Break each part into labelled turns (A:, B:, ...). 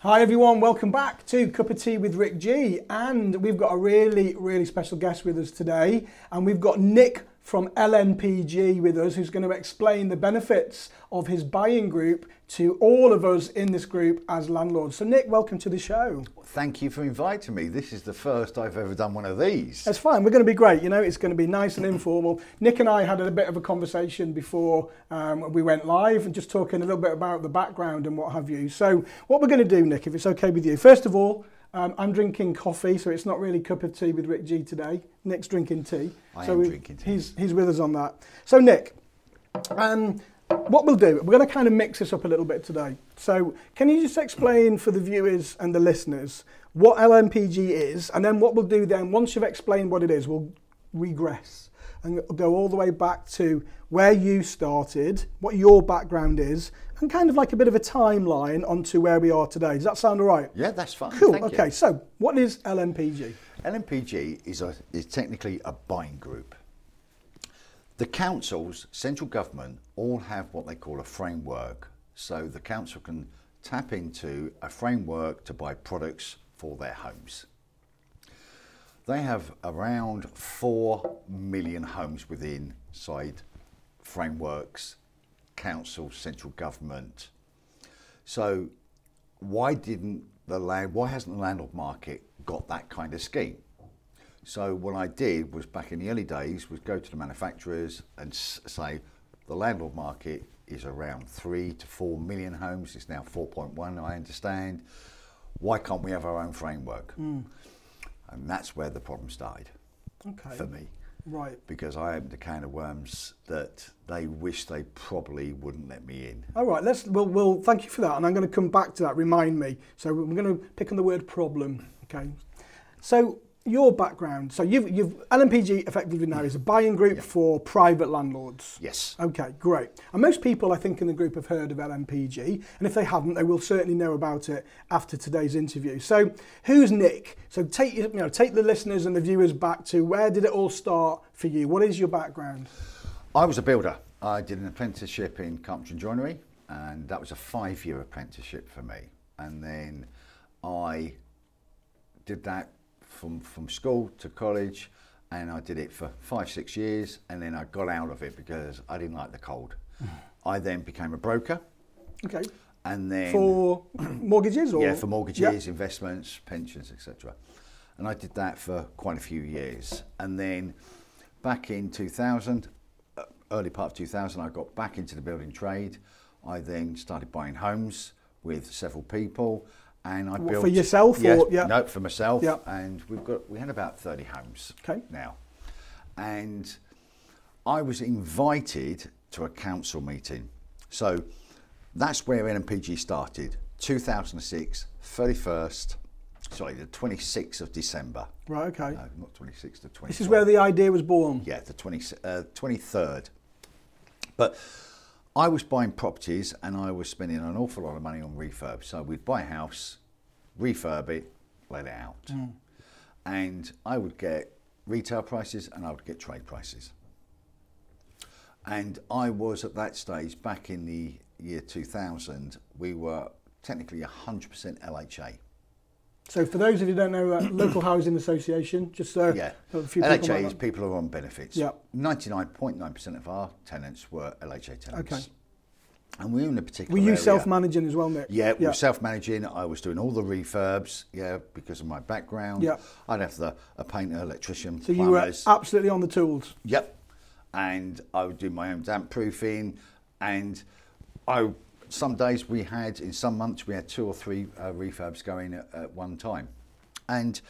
A: Hi everyone, welcome back to Cup of Tea with Rick G. And we've got a really, really special guest with us today. And we've got Nick from LNPG with us, who's going to explain the benefits of his buying group to all of us in this group as landlords. So, Nick, welcome to the show.
B: Thank you for inviting me. This is the first I've ever done one of these.
A: That's fine. We're going to be great. You know, it's going to be nice and informal. Nick and I had a bit of a conversation before um, we went live and just talking a little bit about the background and what have you. So, what we're going to do, Nick, if it's okay with you, first of all, um, I'm drinking coffee, so it's not really cup of tea with Rick G today. Nick's drinking tea.
B: I
A: so
B: am
A: we-
B: drinking tea.
A: He's, he's with us on that. So, Nick, um, what we'll do, we're going to kind of mix this up a little bit today. So, can you just explain for the viewers and the listeners what LMPG is? And then, what we'll do then, once you've explained what it is, we'll regress and go all the way back to where you started, what your background is, and kind of like a bit of a timeline onto where we are today. Does that sound all right?
B: Yeah, that's fine.
A: Cool.
B: Thank
A: okay.
B: You.
A: So, what is LMPG?
B: LNPG is, a, is technically a buying group. The councils, central government, all have what they call a framework. So the council can tap into a framework to buy products for their homes. They have around 4 million homes within side frameworks, council, central government. So why didn't the land, why hasn't the landlord market got that kind of scheme? So what I did was back in the early days was go to the manufacturers and s- say the landlord market is around three to four million homes. It's now 4.1, I understand. Why can't we have our own framework? And that's where the problem started
A: Okay.
B: for me
A: Right.
B: because I opened a can of worms that they wish they probably wouldn't let me in.
A: All right, let's. We'll, we'll thank you for that, and I'm going to come back to that. Remind me. So we're going to pick on the word problem. Okay. So your background. So you've you've LMPG effectively now is a buying group for private landlords.
B: Yes.
A: Okay, great. And most people, I think, in the group have heard of LMPG, and if they haven't, they will certainly know about it after today's interview. So, who's Nick? So take you know take the listeners and the viewers back to where did it all start for you? What is your background?
B: I was a builder. I did an apprenticeship in carpentry and joinery, and that was a five year apprenticeship for me. And then I did that from, from school to college, and I did it for five, six years, and then I got out of it because I didn't like the cold. I then became a broker,
A: Okay,
B: and then
A: for mortgages or
B: Um, yeah, for
A: Yeah.
B: mortgages, investments, pensions, etc. And I did that for quite a few years. And then back in 2000, uh, early part of 2000, I got back into the building trade. I then started buying homes with several people, and I
A: What,
B: built
A: for yourself
B: Yes,
A: or- yeah.
B: no, for myself.
A: Yeah.
B: And we've got we had about 30 homes
A: Okay.
B: now, and I was invited to a council meeting. So that's where NMPG started, 2006, 31st, sorry, the 26th of December.
A: Right, okay.
B: No, not 26th, the 23rd.
A: This is where the idea was born.
B: Yeah, the 20, uh, 23rd. But I was buying properties and I was spending an awful lot of money on refurb. So we'd buy a house, refurb it, let it out. And I would get retail prices and I would get trade prices. And I was at that stage back in the year 2000, we were technically 100% LHA.
A: So for those of you who don't know, uh, local housing association, just so
B: Yeah.
A: a few
B: LHA
A: people might
B: is
A: not-
B: people are on benefits.
A: Yeah.
B: 99.9% of our tenants were LHA tenants.
A: Okay.
B: And we were in a particular
A: Were you
B: area.
A: self-managing as well, Nick?
B: Yeah, we
A: yeah.
B: were self-managing. I was doing all the refurbs, yeah, because of my background.
A: Yeah.
B: I'd have the, a painter, electrician,
A: So you were
B: plumbers.
A: absolutely on the tools.
B: Yep. And I would do my own damp proofing. And I, some days we had, in some months, we had two or three uh, refurbs going at, at one time. And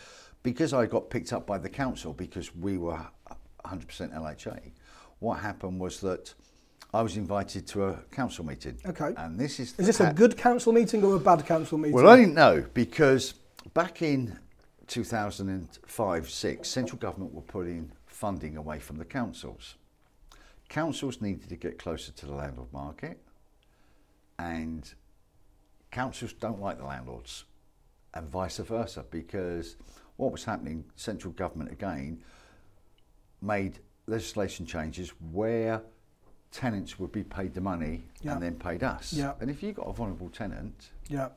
B: because I got picked up by the council, because we were 100% LHA, what happened was that I was invited to a council meeting.
A: Okay.
B: And this is.
A: Is this a good council meeting or a bad council meeting?
B: Well, I didn't know because back in 2005 6, central government were putting funding away from the councils. Councils needed to get closer to the landlord market, and councils don't like the landlords, and vice versa because what was happening, central government again made legislation changes where tenants would be paid the money
A: Yeah.
B: and then paid us.
A: Yeah.
B: And if you've got a vulnerable tenant,
A: yeah.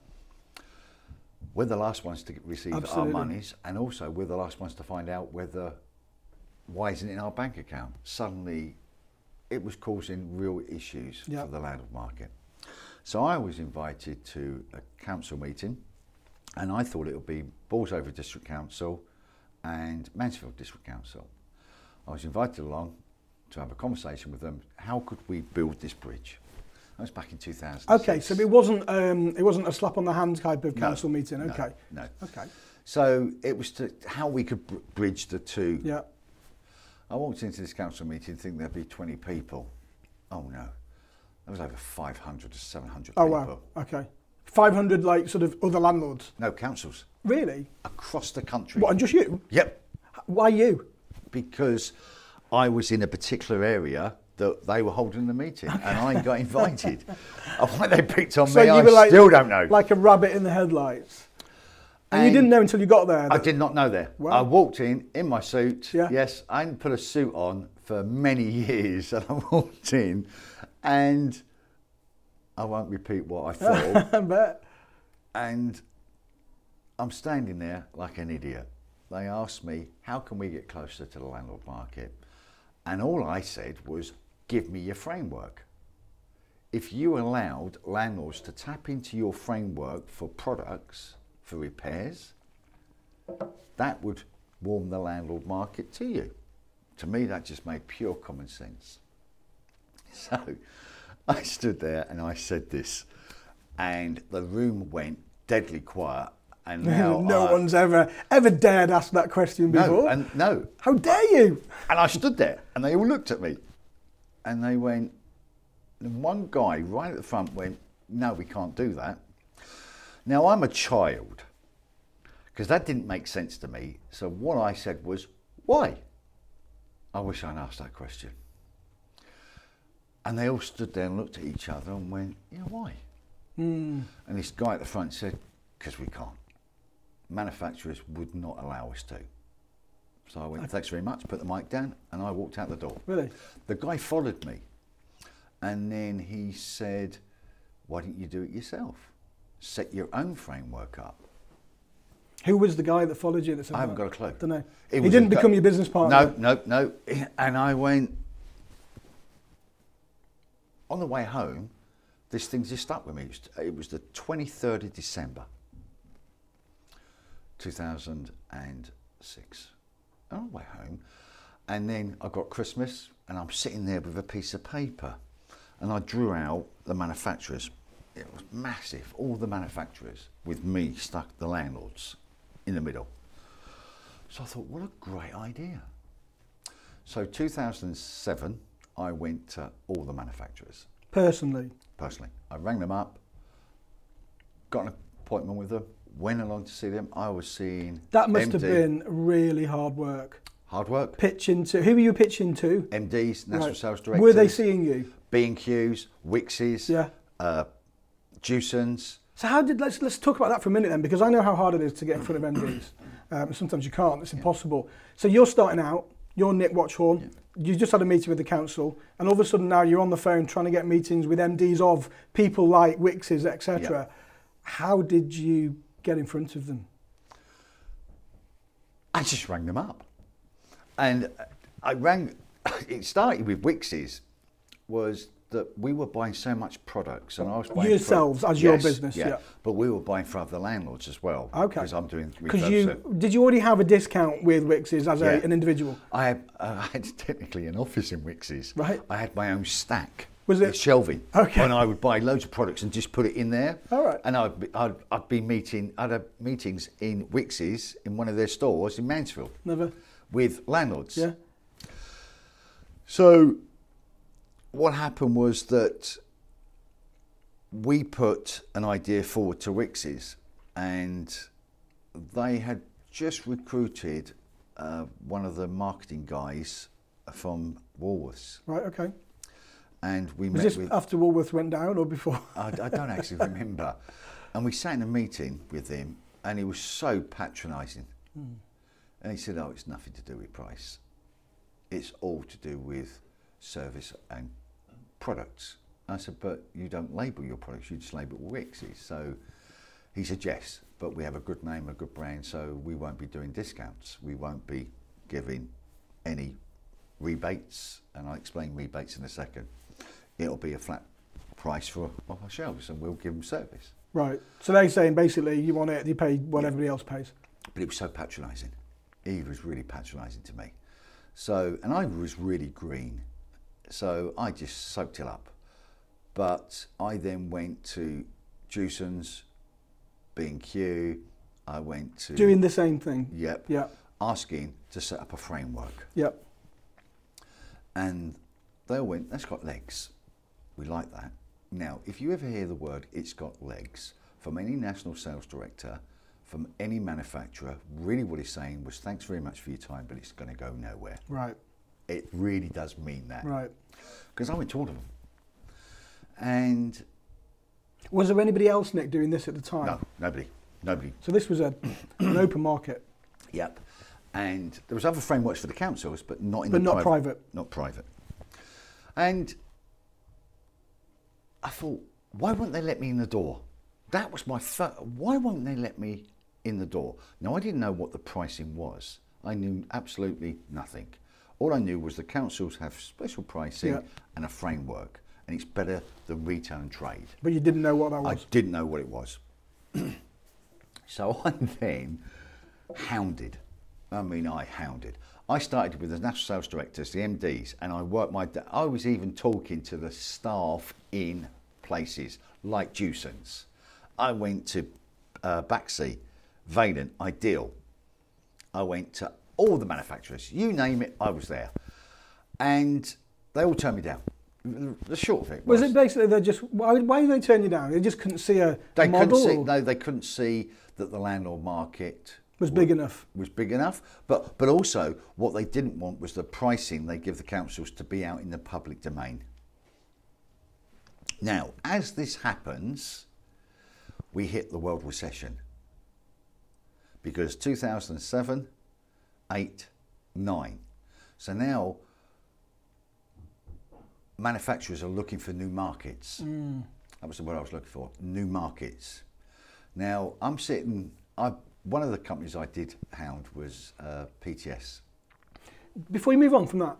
B: We're the last ones to receive
A: Absolutely.
B: our monies, and also we're the last ones to find out whether why isn't it in our bank account. Suddenly, it was causing real issues
A: Yeah.
B: for the landlord market. So I was invited to a council meeting, and I thought it would be Balsover District Council and Mansfield District Council. I was invited along to have a conversation with them. How could we build this bridge? That was back in 2000.
A: Okay, so it wasn't um, it wasn't a slap on the hand type of council meeting.
B: no,
A: Okay,
B: no.
A: okay,
B: So it was to how we could br- bridge the two.
A: yeah,
B: I walked into this council meeting thinking there'd be 20 people. Oh no, there was over 500 to 700
A: Oh
B: people.
A: wow. Okay. 500 like sort of other landlords.
B: No councils
A: Really?
B: across the country.
A: What, and just you?
B: Yep,
A: Why you?
B: because I was in a particular area that they were holding the meeting, and I got invited. and why they picked on me, I still don't know.
A: Like a rabbit in the headlights. And, you
B: And-
A: didn't know until you got there.
B: I
A: that-
B: did not know there.
A: Wow.
B: I walked in in my suit.
A: Yeah.
B: Yes, I hadn't put a suit on for many years, and I walked in, and I won't repeat what I thought.
A: I bet.
B: and I'm standing there like an idiot. They asked me, "How can we get closer to the landlord market?" And all I said was, "Give me your framework." If you allowed landlords to tap into your framework for products, for repairs, that would warm the landlord market to you. To me, that just made pure common sense. So I stood there and I said this, and the room went deadly quiet. And now
A: no
B: I-
A: one's ever ever dared ask that question before.
B: no, and no,
A: How dare you?
B: and I stood there, and they all looked at me, and they went. And one guy right at the front went, "No, we can't do that." Now I'm a child, because that didn't make sense to me. So what I said was, "Why?" I wish I'd asked that question. And they all stood there and looked at each other and went, "Yeah, why?" And this guy at the front said, "Because we can't. Manufacturers would not allow us to." So I went, thanks very much, put the mic down, and I walked out the door.
A: Really?
B: The guy followed me, and then he said, Why don't you do it yourself? Set your own framework up.
A: Who was the guy that followed you that said
B: I haven't
A: that?
B: got a clue.
A: Dunno.
B: It
A: He
B: was
A: didn't
B: a gu-
A: become your business partner?
B: No, no, no. And I went, On the way home, this thing just stuck with me. It was- It was the 23rd of December, 2006. And on the way home, and then I got Christmas, and I'm sitting there with a piece of paper, and I drew out the manufacturers. It was massive, all the manufacturers, with me stuck, the landlords, in the middle. So I thought, what a great idea. So 2007, I went to all the manufacturers
A: Personally.
B: personally. I rang them up, got an appointment with them, went along to see them. I was seeing
A: That must have
B: MD.
A: been really hard work.
B: hard work.
A: Pitching to who were you pitching to?
B: MDs, national
A: Right.
B: sales directors.
A: Were they seeing you?
B: B and Q's, Wixes,
A: Yeah.
B: uh, Juicens.
A: So how did let's let's talk about that for a minute then, because I know how hard it is to get in front of MDs. Um, sometimes you can't; it's impossible. So you're starting out. You're Nick Watchhorn. You just had a meeting with the council, and all of a sudden now you're on the phone trying to get meetings with MDs of people like Wixes, etc. How did you get in front of them?
B: I just rang them up, and I rang. It started with Wixes, was that we were buying so much products, and I was buying for-
A: Yourselves, as your business, yeah.
B: But we were buying for other landlords as well.
A: Okay,
B: because I'm doing
A: Because
B: refurbishment.
A: you did you already have a discount with Wixes as
B: Yeah.
A: a, an individual?
B: I had, uh, I had technically an office in Wixes.
A: Right.
B: I had my own stack.
A: Was
B: with
A: it-
B: shelving?
A: Okay.
B: And I would buy loads of products and just put it in there.
A: All right.
B: And I'd be, I'd, I'd be meeting other meetings in Wixes in one of their stores in Mansfield
A: Never.
B: with landlords.
A: Yeah.
B: So what happened was that we put an idea forward to Wixes and they had just recruited uh, one of the marketing guys from Woolworths
A: Right. Okay.
B: and we
A: Was
B: met
A: this
B: with
A: after Woolworth went down or before?
B: I, I don't actually remember. And we sat in a meeting with him, and he was so patronising. And he said, "Oh, it's nothing to do with price. It's all to do with service and products." I said, "But you don't label your products; you just label Wixes." So He said, yes, but we have a good name, a good brand, so we won't be doing discounts. We won't be giving any rebates, and I'll explain rebates in a second. It'll be a flat price for off our shelves, and we'll give them service.
A: Right. So they're saying basically you want it, you pay what everybody else pays.
B: But it was so patronising. He was really patronising to me. So, and I was really green. So I just soaked it up. But I then went to Jewson's, B&Q. I went to,
A: Doing the same thing.
B: yep,
A: Yep.
B: asking to set up a framework.
A: Yep.
B: And they all went, that's got legs. We like that. Now, if you ever hear the word it's got legs from any national sales director, from any manufacturer, really what he's saying was thanks very much for your time, but it's going to go nowhere.
A: Right.
B: It really does mean that.
A: Right.
B: Because I went to all of them. And
A: Was there anybody else, Nick, doing this at the time?
B: no, nobody, nobody
A: So this was a, an open market,
B: Yep. And there was other frameworks for the councils, but not in
A: But
B: the
A: not private.
B: Not private. And I thought, why won't they let me in the door? That was my fir- why won't they let me in the door? Now I didn't know what the pricing was. I knew absolutely nothing. All I knew was the councils have special pricing
A: Yeah.
B: and a framework, and it's better than retail and trade.
A: but you didn't know what that
B: I
A: was.
B: didn't know what it was. so I then hounded. I mean, I hounded. I started with the national sales directors, the MDs, and I worked my. da- I was even talking to the staff in places like Dewson's. I went to uh, Baxi, Valent, Ideal. I went to all the manufacturers. You name it, I was there, and they all turned me down. The short of it
A: was it basically they're just why, why did they turn you down? They just couldn't see a
B: they
A: model.
B: couldn't see,
A: or
B: no, they couldn't see that the landlord market
A: Was big enough.
B: was big enough. But but also what they didn't want was the pricing they give the councils to be out in the public domain. Now, as this happens, we hit the world recession because 2007, 8, 9. So now manufacturers are looking for new markets. That was the word I was looking for. New markets. Now I'm sitting. I one of the companies I did hound was uh, PTS.
A: Before you move on from that,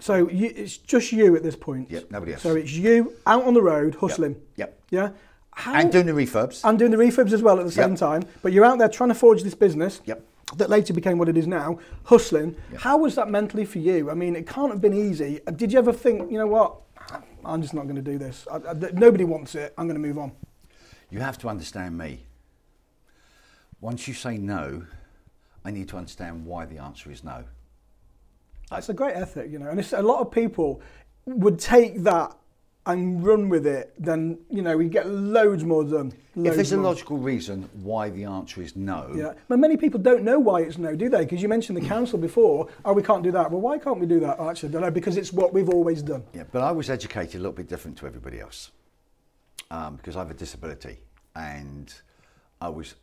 A: so you, it's just you at this point.
B: Yep, nobody else.
A: So it's you out on the road hustling.
B: Yep.
A: Yeah. How,
B: And doing the refurbs.
A: and doing the refurbs as well at the same
B: Yep.
A: time. But you're out there trying to forge this business.
B: Yep.
A: That later became what it is now, hustling. How was that mentally for you? I mean, it can't have been easy. Uh, Did you ever think, you know what, I'm just not going to do this. I, I, th- nobody wants it. I'm going to move on.
B: You have to understand me. Once you say no, I need to understand why the answer is no.
A: That's a great ethic, you know. And it's, a lot of people would take that and run with it. Then you know we get loads more done.
B: if
A: Loads
B: there's a
A: more.
B: logical reason why the answer is no,
A: Yeah, but many people don't know why it's no, do they? Because you mentioned the council before. Oh, we can't do that. Well, why can't we do that? Oh, actually, I don't know. Because it's what we've always done.
B: Yeah, but I was educated a little bit different to everybody else um, because I have a disability and I was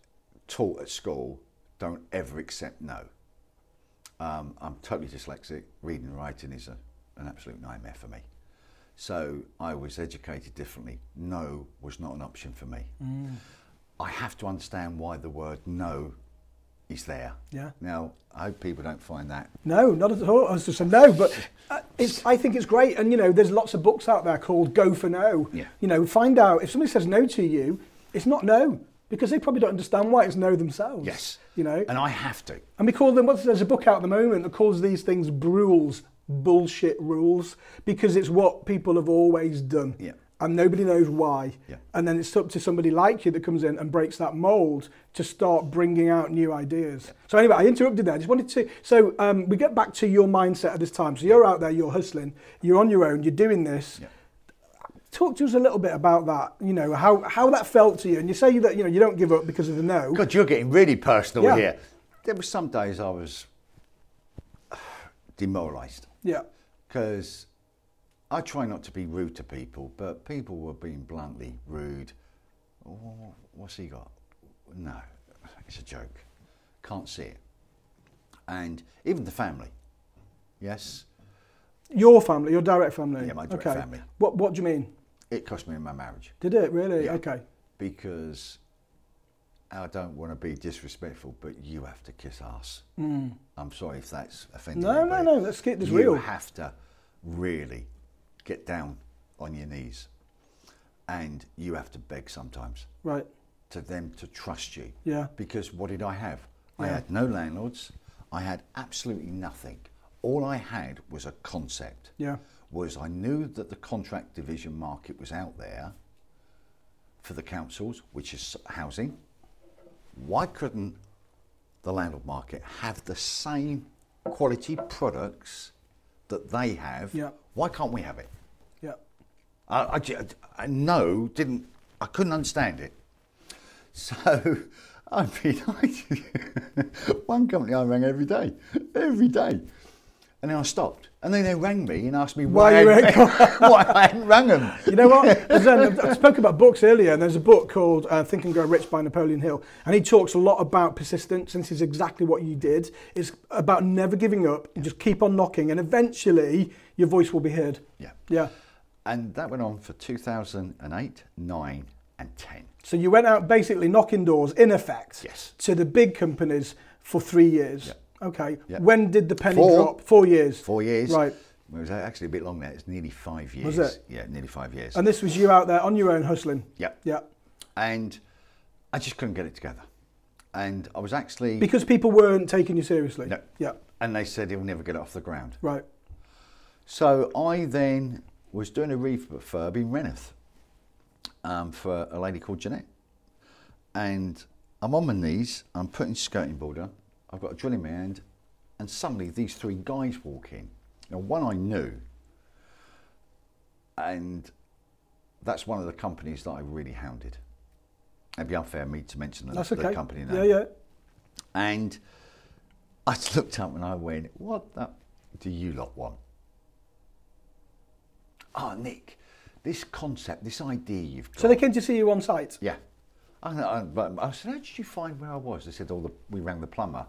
B: taught at school don't ever accept no. Um, I'm totally dyslexic. Reading and writing is a, an absolute nightmare for me. So I was educated differently. No was not an option for me. I have to understand why the word no is there.
A: Yeah.
B: Now, I hope people don't find that
A: No, not at all. I was just a no, but uh, it's, I think it's great. And you know, there's lots of books out there called "Go for No."
B: Yeah.
A: You know, find out if somebody says no to you, it's not no because they probably don't understand why it's no themselves.
B: yes.
A: You know,
B: And I have to.
A: And we call them, what's, there's a book out at the moment that calls these things brules, bullshit rules, because it's what people have always done.
B: Yeah.
A: And nobody knows why.
B: Yeah.
A: And then it's up to somebody like you that comes in and breaks that mold to start bringing out new ideas. So, anyway, I interrupted there. I just wanted to. So, um, we get back to your mindset at this time. So, you're out there, you're hustling, you're on your own, you're doing this.
B: Yeah.
A: Talk to us a little bit about that, you know, how, how that felt to you. And you say that, you know, you don't give up because of the no.
B: God, you're getting really personal
A: Yeah.
B: here. There were some days I was demoralised
A: Yeah.
B: because I try not to be rude to people, but people were being bluntly rude. Oh, what's he got? No, it's a joke. Can't see it. And even the family. Yes,
A: Your family, your direct family.
B: Yeah, my direct
A: okay.
B: family.
A: What What do you mean?
B: it cost me my marriage
A: Did it really?
B: Yeah.
A: Okay.
B: because I don't want to be disrespectful, but you have to kiss ass. I'm sorry if that's offending.
A: Mm. No, no,
B: anybody.
A: no, let's keep this
B: you
A: real.
B: have to really get down on your knees, and you have to beg sometimes
A: Right.
B: to them to trust you.
A: Yeah.
B: Because what did I have? I
A: Yeah.
B: had no landlords. I had absolutely nothing. All I had was a concept.
A: Yeah.
B: Was I knew that the contract division market was out there for the councils, which is housing. Why couldn't the landlord market have the same quality products that they have?
A: Yeah.
B: Why can't we have it?
A: Yeah.
B: I, I, ju- I no, didn't. I couldn't understand it. So, I mean, I, one company I rang every day, every day, and then I stopped. And then they rang me and asked me
A: Why
B: why,
A: you
B: I, hadn't, why I hadn't rang them.
A: You know what? 'Cause, um, I spoke about books earlier, and there's a book called uh, Think and Grow Rich by Napoleon Hill, and he talks a lot about persistence, and this is exactly what you did. It's about never giving up, and just keep on knocking, and eventually your voice will be heard.
B: Yeah.
A: Yeah.
B: And that went on for 2008, 9, and 10.
A: So you went out basically knocking doors, in effect,
B: Yes.
A: to the big companies for three years. Okay.
B: Yeah.
A: When did the penny
B: Four.
A: drop? Four years.
B: Four years.
A: Right.
B: It was actually a bit longer now. It's nearly five years.
A: Was it?
B: Yeah, nearly five years.
A: And this was you out there on your own hustling.
B: Yep.
A: Yeah.
B: and I just couldn't get it together. And I was actually,
A: Because people weren't taking you seriously.
B: No.
A: Yeah.
B: and they said he'll never get it off the ground.
A: Right.
B: So I then was doing a refurb in Reneth um, for a lady called Jeanette. And I'm on my knees, I'm putting skirting board on, I've got a drill in my hand, and suddenly these three guys walk in. Now, one I knew, and that's one of the companies that I really hounded. It'd be unfair of me to mention the,
A: That's
B: the
A: okay.
B: company name.
A: yeah, yeah.
B: And I just looked up and I went, What the do you lot want? Oh, Nick, this concept, this idea you've got.
A: So they came to see you on site.
B: yeah. I, I, but I said, How did you find where I was? They said, Oh, the, we rang the plumber.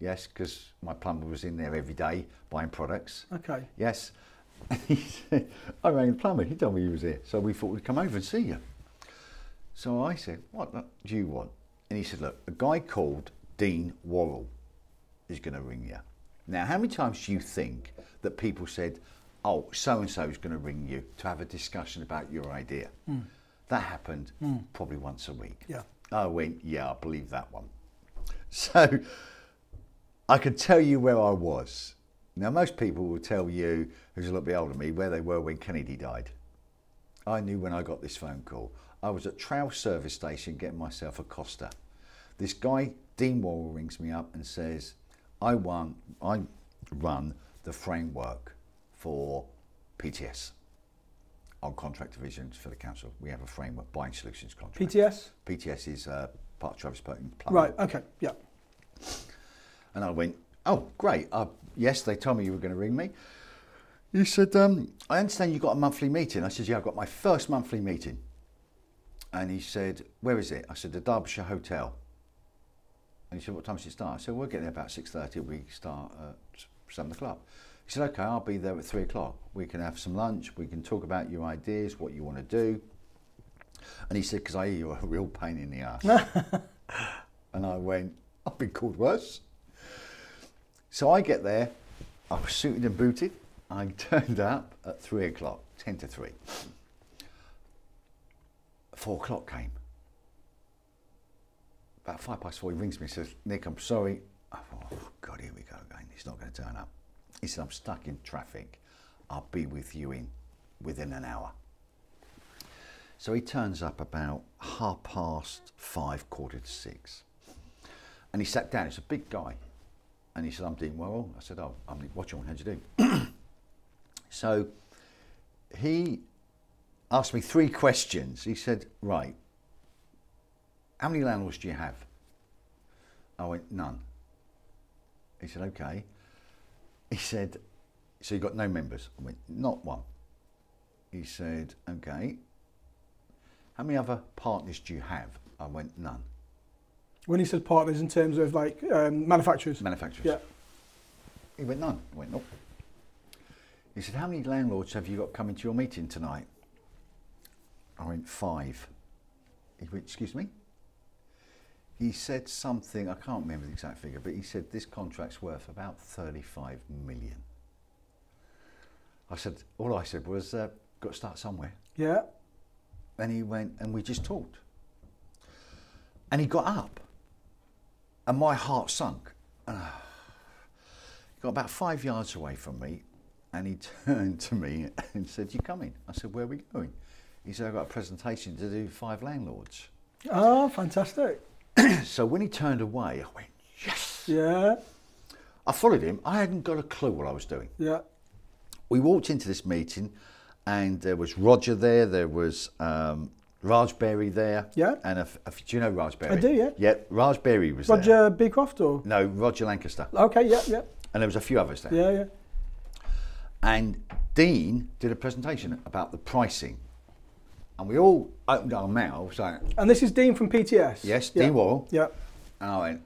B: Yes, because my plumber was in there every day buying products.
A: Okay.
B: Yes. he said, I rang the plumber, he told me he was here. So we thought we'd come over and see you. So I said, What the- do you want? And he said, Look, a guy called Dean Worrell is going to ring you. Now, how many times do you think that people said, Oh, so and so is going to ring you to have a discussion about your idea? That happened probably once a week.
A: Yeah.
B: I went, Yeah, I believe that one. So I could tell you where I was. Now, most people will tell you, who's a little bit older than me, where they were when Kennedy died. I knew when I got this phone call. I was at Trowse service station getting myself a Costa. This guy, Dean Worrell, rings me up and says, I, won, I run the framework for PTS on contract divisions for the council. We have a framework, buying solutions contract.
A: PTS?
B: PTS is uh, part of Travis Burton.
A: Right, okay, yeah.
B: And I went, oh, great. Uh, yes, they told me you were going to ring me. He said, um, I understand you got a monthly meeting. I said, yeah, I've got my first monthly meeting. And he said, where is it? I said, the Derbyshire Hotel. And he said, what time does it start? I said, we'll get there about 6.30. We start at 7 o'clock. He said, okay, I'll be there at 3 o'clock. We can have some lunch. We can talk about your ideas, what you want to do. And he said, because I hear you're a real pain in the ass. and I went, I've been called worse. So I get there, I was suited and booted. I turned up at three o'clock, 10 to 3. Four o'clock came. About five past four, he rings me and says, Nick, I'm sorry. I thought, oh, God, here we go again. He's not going to turn up. He said, I'm stuck in traffic. I'll be with you in within an hour. So he turns up about half past five, quarter to six. And he sat down. He's a big guy. And he said, I'm doing well. I said, oh, I'm Nick Watchell. How'd you do? so he asked me three questions. He said, right, how many landlords do you have? I went, none. He said, okay. He said, so you got no members? I went, not one. He said, okay. How many other partners do you have? I went, none.
A: When he said partners in terms of like um, manufacturers.
B: Manufacturers.
A: Yeah,
B: He went, none. I went, nope. He said, how many landlords have you got coming to your meeting tonight? I went, five. He went, excuse me? He said something, I can't remember the exact figure, but he said this contract's worth about 35 million. I said, all I said was, uh, got to start somewhere.
A: Yeah.
B: And he went, and we just talked. And he got up, and my heart sunk. And I- he got about five yards away from me, and he turned to me and said, You coming? I said, Where are we going? He said, I've got a presentation to do five landlords.
A: Ah, fantastic.
B: so when he turned away, I went, Yes!
A: Yeah.
B: I followed him. I hadn't got a clue what I was doing.
A: Yeah.
B: we walked into this meeting and there was Roger there, there was um, Raspberry there.
A: Yeah.
B: And a, f- a f- do you know
A: I
B: Raspberry?
A: do, yeah.
B: Yeah, Raspberry was there.
A: Roger Beecroft or?
B: No, Roger Lancaster.
A: Okay, yeah, yeah.
B: And there was a few others there.
A: Yeah, yeah.
B: And Dean did a presentation about the pricing. And we all opened our mouths like,
A: And this is Dean from PTS?
B: yes,
A: yeah.
B: Dean Worrell.
A: Yeah.
B: And I went,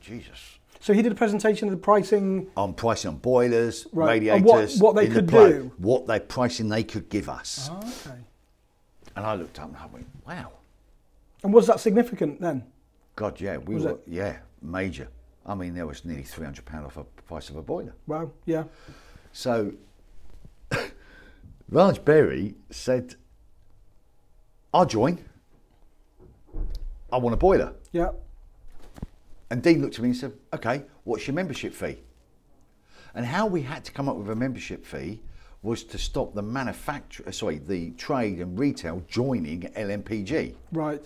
B: Jesus.
A: So he did a presentation of the pricing.
B: On pricing on boilers,
A: Right, and
B: radiators,
A: what- what they
B: in the
A: could
B: pla-
A: do. Uh-huh.
B: what they pricing they could give us.
A: okay.
B: And I looked up and I went, wow.
A: And was that significant then?
B: God, yeah, we
A: Was
B: were,
A: it?
B: yeah, major. I mean, there was nearly three hundred pound off a price of a boiler.
A: Wow, yeah.
B: So, Raj Berry said, "I'll join. I want a boiler."
A: Yeah.
B: And Dean looked at me and said, "Okay, what's your membership fee?" And how we had to come up with a membership fee was to stop the manufacturer, sorry, the trade and retail joining LMPG,
A: Right.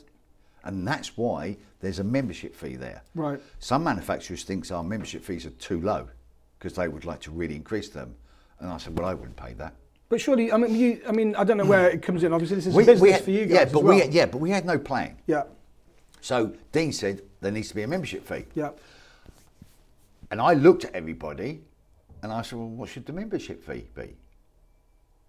B: and that's why there's a membership fee there.
A: Right.
B: Some manufacturers think our membership fees are too low because they would like to really increase them. And I said, well, I wouldn't pay that.
A: But surely, I mean, you, I mean, I don't know where it comes in. Obviously, this is
B: We-
A: a
B: we
A: business
B: had-
A: for you guys.
B: Yeah,
A: as
B: but
A: well.
B: we had, yeah, but we had no plan.
A: Yeah.
B: So Dean said there needs to be a membership fee.
A: Yeah.
B: And I looked at everybody and I said, well, what should the membership fee be?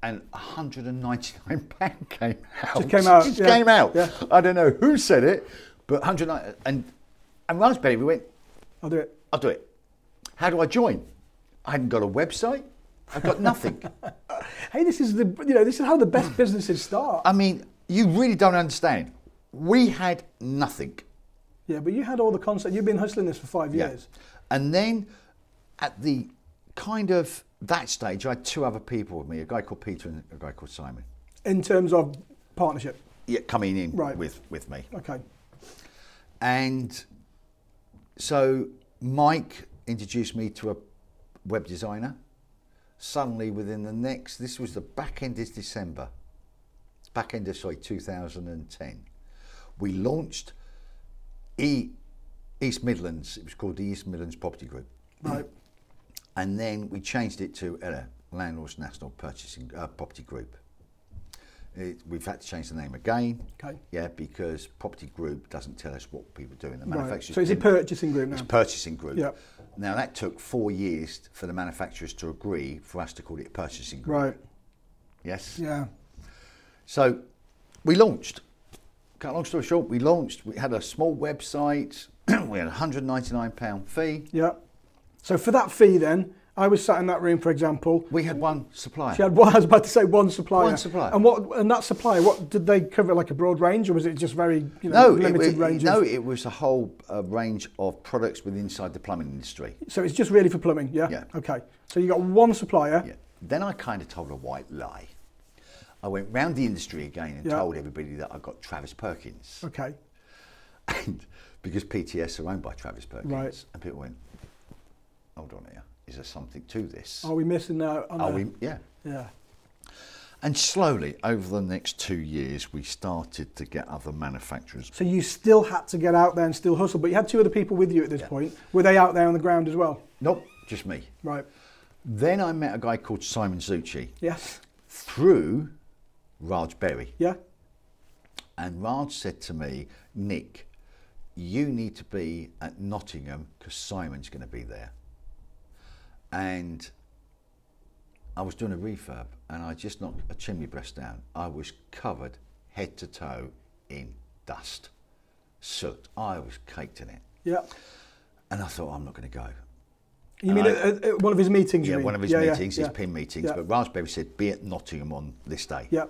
B: And 199 pound came out.
A: came out,
B: Just
A: yeah,
B: came out.
A: yeah.
B: I don't know who said it, but 109 and and Raspberry we went,
A: I'll do it.
B: I'll do it. How do I join? I hadn't got a website. I've got nothing.
A: Hey, this is the you know this is how the best businesses start.
B: I mean, you really don't understand. We had nothing.
A: yeah, but you had all the concept. You've been hustling this for five years.
B: And then at the kind of that stage, I had two other people with me, a guy called Peter and a guy called Simon,
A: In terms of partnership.
B: yeah, coming in
A: Right.
B: with, with me.
A: Okay.
B: And so Mike introduced me to a web designer. Suddenly, within the next, this was the back end of December, back end of sorry, 2010, we launched e, East Midlands. It was called the East Midlands Property Group,
A: Right.
B: and then we changed it to LNA, Landlords National Purchasing uh, Property Group. It, we've had to change the name again.
A: Okay.
B: Yeah, because property group doesn't tell us what people do in the
A: Right.
B: manufacturers.
A: So it's a
B: didn't-
A: purchasing group
B: it's
A: now.
B: purchasing group.
A: Yeah.
B: Now that took four years for the manufacturers to agree for us to call it purchasing group.
A: Right.
B: Yes.
A: Yeah.
B: So we launched. Cut a long story short, we launched. We had a small website. we had a hundred ninety nine pound fee.
A: Yeah. So for that fee, then I was sat in that room, for example.
B: We had one supplier.
A: She had one. I was about to say one supplier.
B: One supplier.
A: And what? And that supplier. What did they cover? Like a broad range, or was it just very you know,
B: no, it,
A: limited
B: wa-
A: range?
B: no,
A: of-
B: it was a whole uh, range of products within inside the plumbing industry.
A: So it's just really for plumbing. Yeah.
B: Yeah.
A: Okay. So you got one supplier.
B: Yeah. Then I kind of told a white lie. I went round the industry again and
A: Yeah.
B: told everybody that I got Travis Perkins.
A: Okay.
B: And because PTS are owned by Travis Perkins,
A: Right.
B: and people went, hold on here, is there something to this?
A: Are we missing out? On
B: Are
A: a-
B: we, yeah.
A: Yeah.
B: And slowly, over the next two years, we started to get other manufacturers.
A: So you still had to get out there and still hustle, but you had two other people with you at this
B: Yeah.
A: point. Were they out there on the ground as well?
B: Nope, just me.
A: Right.
B: Then I met a guy called Simon Zucci
A: Yes.
B: through Raj Berry.
A: Yeah.
B: And Raj said to me, Nick, you need to be at Nottingham because Simon's going to be there. And I was doing a refurb and I just knocked a chimney breast down. I was covered head to toe in dust, soot. I was caked in it.
A: Yeah.
B: And I thought, I'm not going to go.
A: You mean
B: I-
A: at, at- at one of his meetings? you
B: Yeah,
A: mean?
B: one of his meetings, his
A: yeah.
B: pin meetings,
A: Yeah.
B: but Raspberry said, be at Nottingham on this day.
A: Yeah.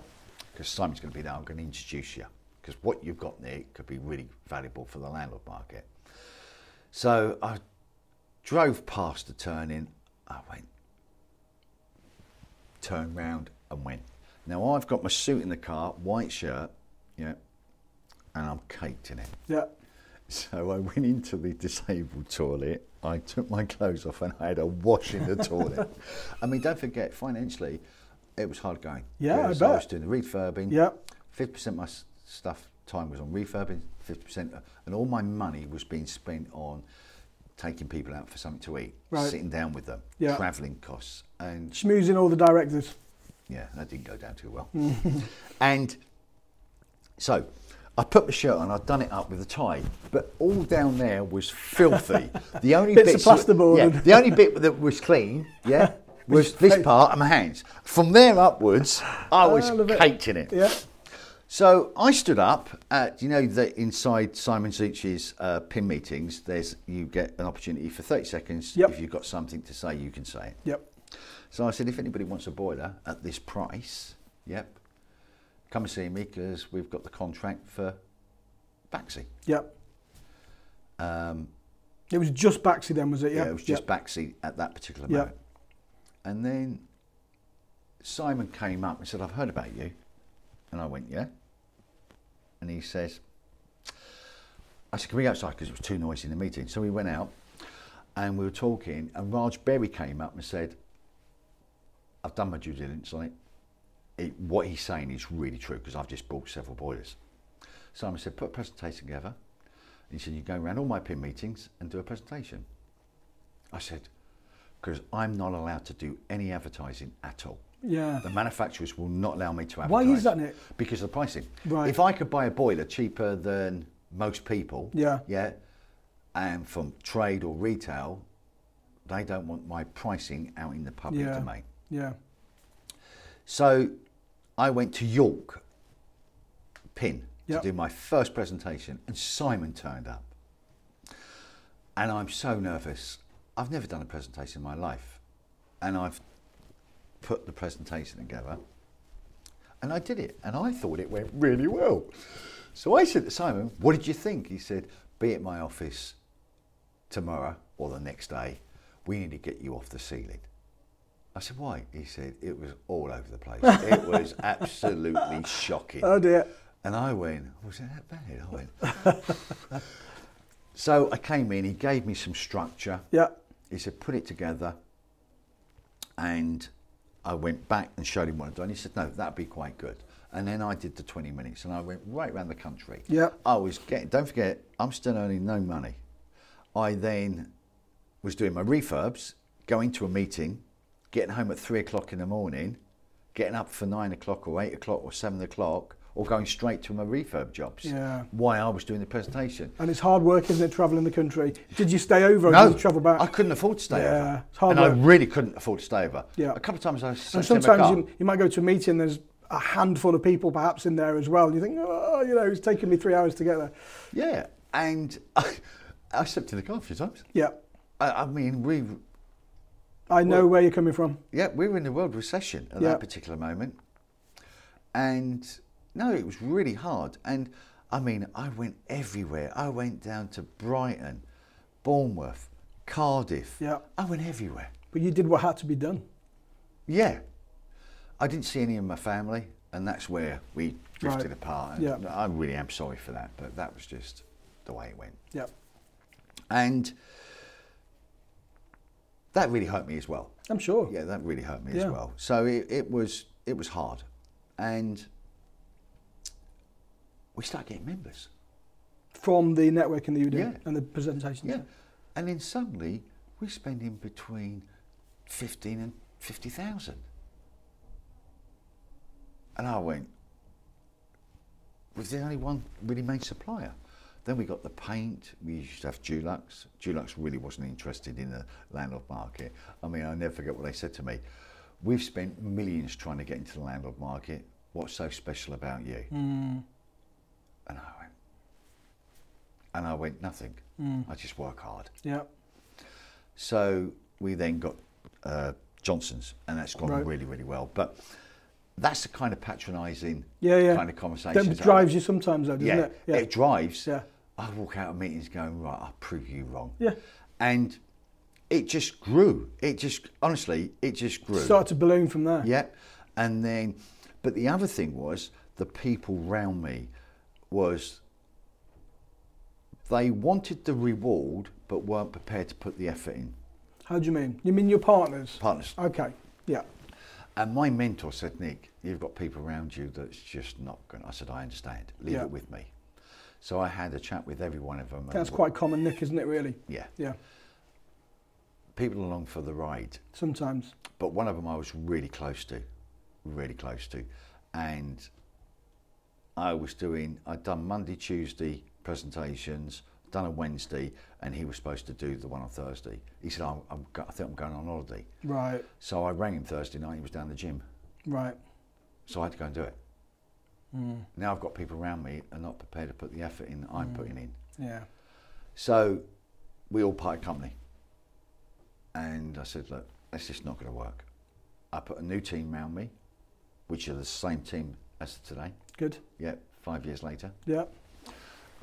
B: Because Simon's going to be there. I'm going to introduce you. because what you've got there could be really valuable for the landlord market. So I drove past the turn in, I went, turned round and went. Now I've got my suit in the car, white shirt, yeah, and I'm caked in it.
A: Yeah.
B: So I went into the disabled toilet. I took my clothes off and I had a wash in the toilet. I mean, don't forget, financially, it was hard going.
A: Yeah, I
B: Because
A: bet.
B: was doing the refurbing.
A: Yep.
B: 50% of my s- stuff time was on refurbing, 50%, uh, and all my money was being spent on taking people out for something to eat,
A: Right.
B: sitting down with them,
A: Yeah.
B: travelling costs, and
A: Schmoozing all the directors.
B: yeah, that didn't go down too well. and so I put my shirt on, I'd done it up with a tie, but all down there was filthy. The only
A: Bits of plasterboard
B: yeah,
A: and-
B: the only bit that was clean, yeah, was this part and my hands. From there upwards, I
A: Ah,
B: was
A: Elevate-
B: caked in it.
A: Yeah.
B: So I stood up at, you know, the, inside Simon Zucci's uh, pin meetings, there's you get an opportunity for 30 seconds.
A: Yep.
B: If you've got something to say, you can say it.
A: Yep.
B: So I said, if anybody wants a boiler at this price, yep, come and see me because we've got the contract for Baxi.
A: Yep.
B: Um,
A: It was just Baxi then, was it?
B: yeah,
A: Yeah.
B: it was just
A: Yep.
B: Baxi at that particular
A: Yeah.
B: moment. And then Simon came up and said, I've heard about you. And I went, yeah. And he says, I said, can we go outside? Because it was too noisy in the meeting. So we went out and we were talking and Raj Berry came up and said, I've done my due diligence on it. it what he's saying is really true because I've just bought several boilers. Simon said, put a presentation together. He said, you go around all my PIN meetings and do a presentation. I said, because I'm not allowed to do any advertising at all.
A: Yeah.
B: The manufacturers will not allow me to advertise.
A: Why is that, Nick?
B: Because of the pricing.
A: Right.
B: If I could buy a boiler cheaper than most people,
A: Yeah.
B: yeah, and from trade or retail, they don't want my pricing out in the public
A: Yeah.
B: domain.
A: Yeah.
B: So I went to York Pin
A: Yep.
B: to do my first presentation, and Simon turned up. And I'm so nervous. I've never done a presentation in my life, and I've put the presentation together, and I did it, and I thought it went really well. So I said to Simon, What did you think? He said, Be at my office tomorrow or the next day. We need to get you off the ceiling. I said, why? He said, it was all over the place. It was absolutely shocking.
A: Oh dear.
B: And I went, was it that bad? I went. so I came in, he gave me some structure.
A: Yeah.
B: He said, put it together. And I went back and showed him what I'd done. He said, no, that'd be quite good. And then I did the 20 minutes and I went right around the country.
A: Yeah.
B: I was getting, don't forget, I'm still earning no money. I then was doing my refurbs, going to a meeting, getting home at three o'clock in the morning, getting up for nine o'clock or eight o'clock or seven o'clock, or going straight to my refurb jobs.
A: Yeah.
B: Why I was doing the presentation.
A: And it's hard work, isn't it, travelling the country? Did you stay over or
B: No,
A: did you travel back?
B: I couldn't afford to stay
A: Yeah,
B: over.
A: it's hard
B: and I
A: work.
B: really couldn't afford to stay over.
A: Yeah.
B: A couple of times I was
A: and
B: car.
A: sometimes you, you might go to a meeting, there's a handful of people perhaps in there as well. And you think, oh, you know, it's taken me three hours to get there.
B: Yeah. And I, I stepped in the car a few times.
A: Yeah.
B: I, I mean, we,
A: I know where you're coming from.
B: yeah, we were in the world recession at
A: Yeah.
B: that particular moment. And no, it was really hard. And I mean, I went everywhere. I went down to Brighton, Bournemouth, Cardiff.
A: Yeah.
B: I went everywhere.
A: But you did what had to be done.
B: Yeah. I didn't see any of my family, and that's where we drifted
A: Right.
B: apart. And
A: Yeah.
B: I really am sorry for that, but that was just the way it went.
A: Yeah.
B: And that really hurt me as well.
A: I'm sure.
B: Yeah, that really hurt me
A: Yeah.
B: as well. So it, it was it was hard. And we started getting members.
A: From the networking that you do
B: Yeah.
A: and the presentations.
B: Yeah. And then suddenly we're spending between 15 and 50,000. And I went, was there only one really main supplier? Then we got the paint. We used to have Dulux. Dulux really wasn't interested in the landlord market. I mean, I'll never forget what they said to me. We've spent millions trying to get into the landlord market. What's so special about you?
A: Mm.
B: And I went, and I went, nothing. I just work hard.
A: Yeah.
B: So we then got uh, Johnson's, and that's gone
A: Right.
B: really, really well. But That's the kind of patronising
A: Yeah, yeah.
B: kind of conversation.
A: That drives you sometimes, though, doesn't
B: yeah,
A: it? Yeah.
B: drives.
A: Yeah.
B: I walk out of meetings going, right, I'll prove you wrong.
A: Yeah.
B: And it just grew. It just, honestly, it just grew.
A: Start to balloon from there.
B: Yep. And then, but the other thing was the people round me was they wanted the reward but weren't prepared to put the effort in.
A: How do you mean? You mean your partners?
B: Partners.
A: Okay. Yeah.
B: And my mentor said, Nick, you've got people around you that's just not going to. I said, I understand. Leave
A: Yeah.
B: it with me. So I had a chat with every one of them. and
A: That's
B: w-
A: quite common, Nick, isn't it, really?
B: Yeah.
A: Yeah.
B: People along for the ride.
A: Sometimes.
B: but one of them I was really close to, really close to, and I was doing. I'd done Monday, Tuesday presentations, done a Wednesday, and he was supposed to do the one on Thursday. He said, I'm, I'm, go- "I think I'm going on holiday,"
A: Right.
B: so I rang him Thursday night. He was down the gym,
A: Right. Hmm.
B: so I had to go and do it. Now I've got people around me are not prepared to put the effort in that
A: Mm.
B: I'm putting in.
A: Yeah.
B: So we all parted company. And I said, look, that's just not going to work. I put a new team round me, which are the same team as today.
A: Good.
B: Yeah, five years later.
A: Yeah.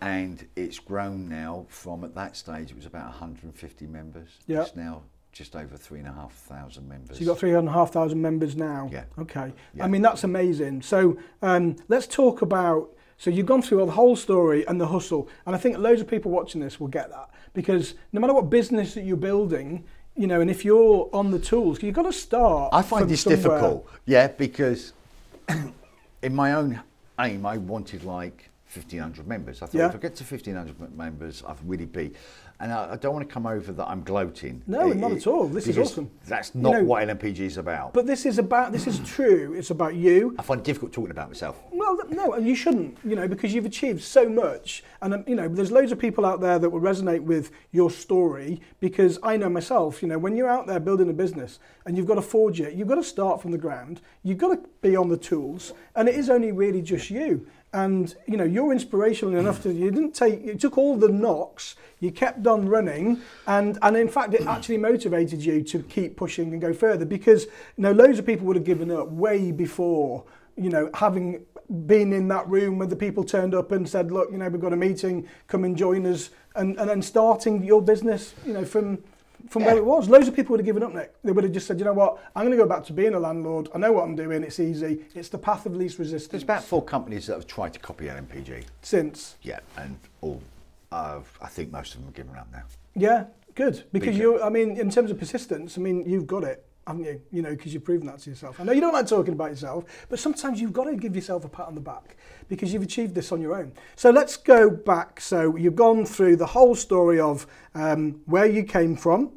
B: And it's grown now from at that stage, it was about 150 members.
A: Yeah.
B: It's now just over three and a half thousand members.
A: So you've got 3,500 members now?
B: Yeah.
A: Okay.
B: Yeah.
A: I mean, that's amazing. So um, let's talk about. So you've gone through the whole story and the hustle. And I think loads of people watching this will get that because no matter what business that you're building, you know, and if you're on the tools, you've got to start.
B: I find
A: from
B: this
A: somewhere.
B: difficult, yeah, because in my own aim, I wanted like 1,500 members. I thought
A: Yeah.
B: if I get to 1,500 m- members, I've really be. And I, I don't want to come over that I'm gloating.
A: No, not at all. This is
B: because
A: awesome.
B: That's
A: You
B: not
A: know-
B: what LMPG is about.
A: But this is about, this is true. It's about you.
B: I find it difficult talking about myself.
A: Well, th- no, and you shouldn't, you know, because you've achieved so much. And, um, you know, there's loads of people out there that will resonate with your story because I know myself, you know, when you're out there building a business and you've got to forge it, you've got to start from the ground, you've got to be on the tools, and it is only really just you. And, you know, you're inspirational enough to, you didn't take, you took all the knocks, you kept on running, and, and in fact, it actually motivated you to keep pushing and go further because, you know, loads of people would have given up way before you know, having been in that room where the people turned up and said, look, you know, we've got a meeting, come and join us, and, and then starting your business, you know, from from where
B: Yeah.
A: it was. Loads of people would have given up, Nick. They would have just said, you know what, I'm going to go back to being a landlord. I know what I'm doing. It's easy. It's the path of least resistance.
B: There's about four companies that have tried to copy LMPG.
A: Since.
B: Yeah, and all, uh, I think most of them have given up now.
A: Yeah, good. Because
B: Big
A: you, I mean, in terms of persistence, I mean, you've got it, haven't you? You know, because you've proven that to yourself. I know you don't like talking about yourself, but sometimes you've got to give yourself a pat on the back because you've achieved this on your own. So let's go back. So you've gone through the whole story of um, where you came from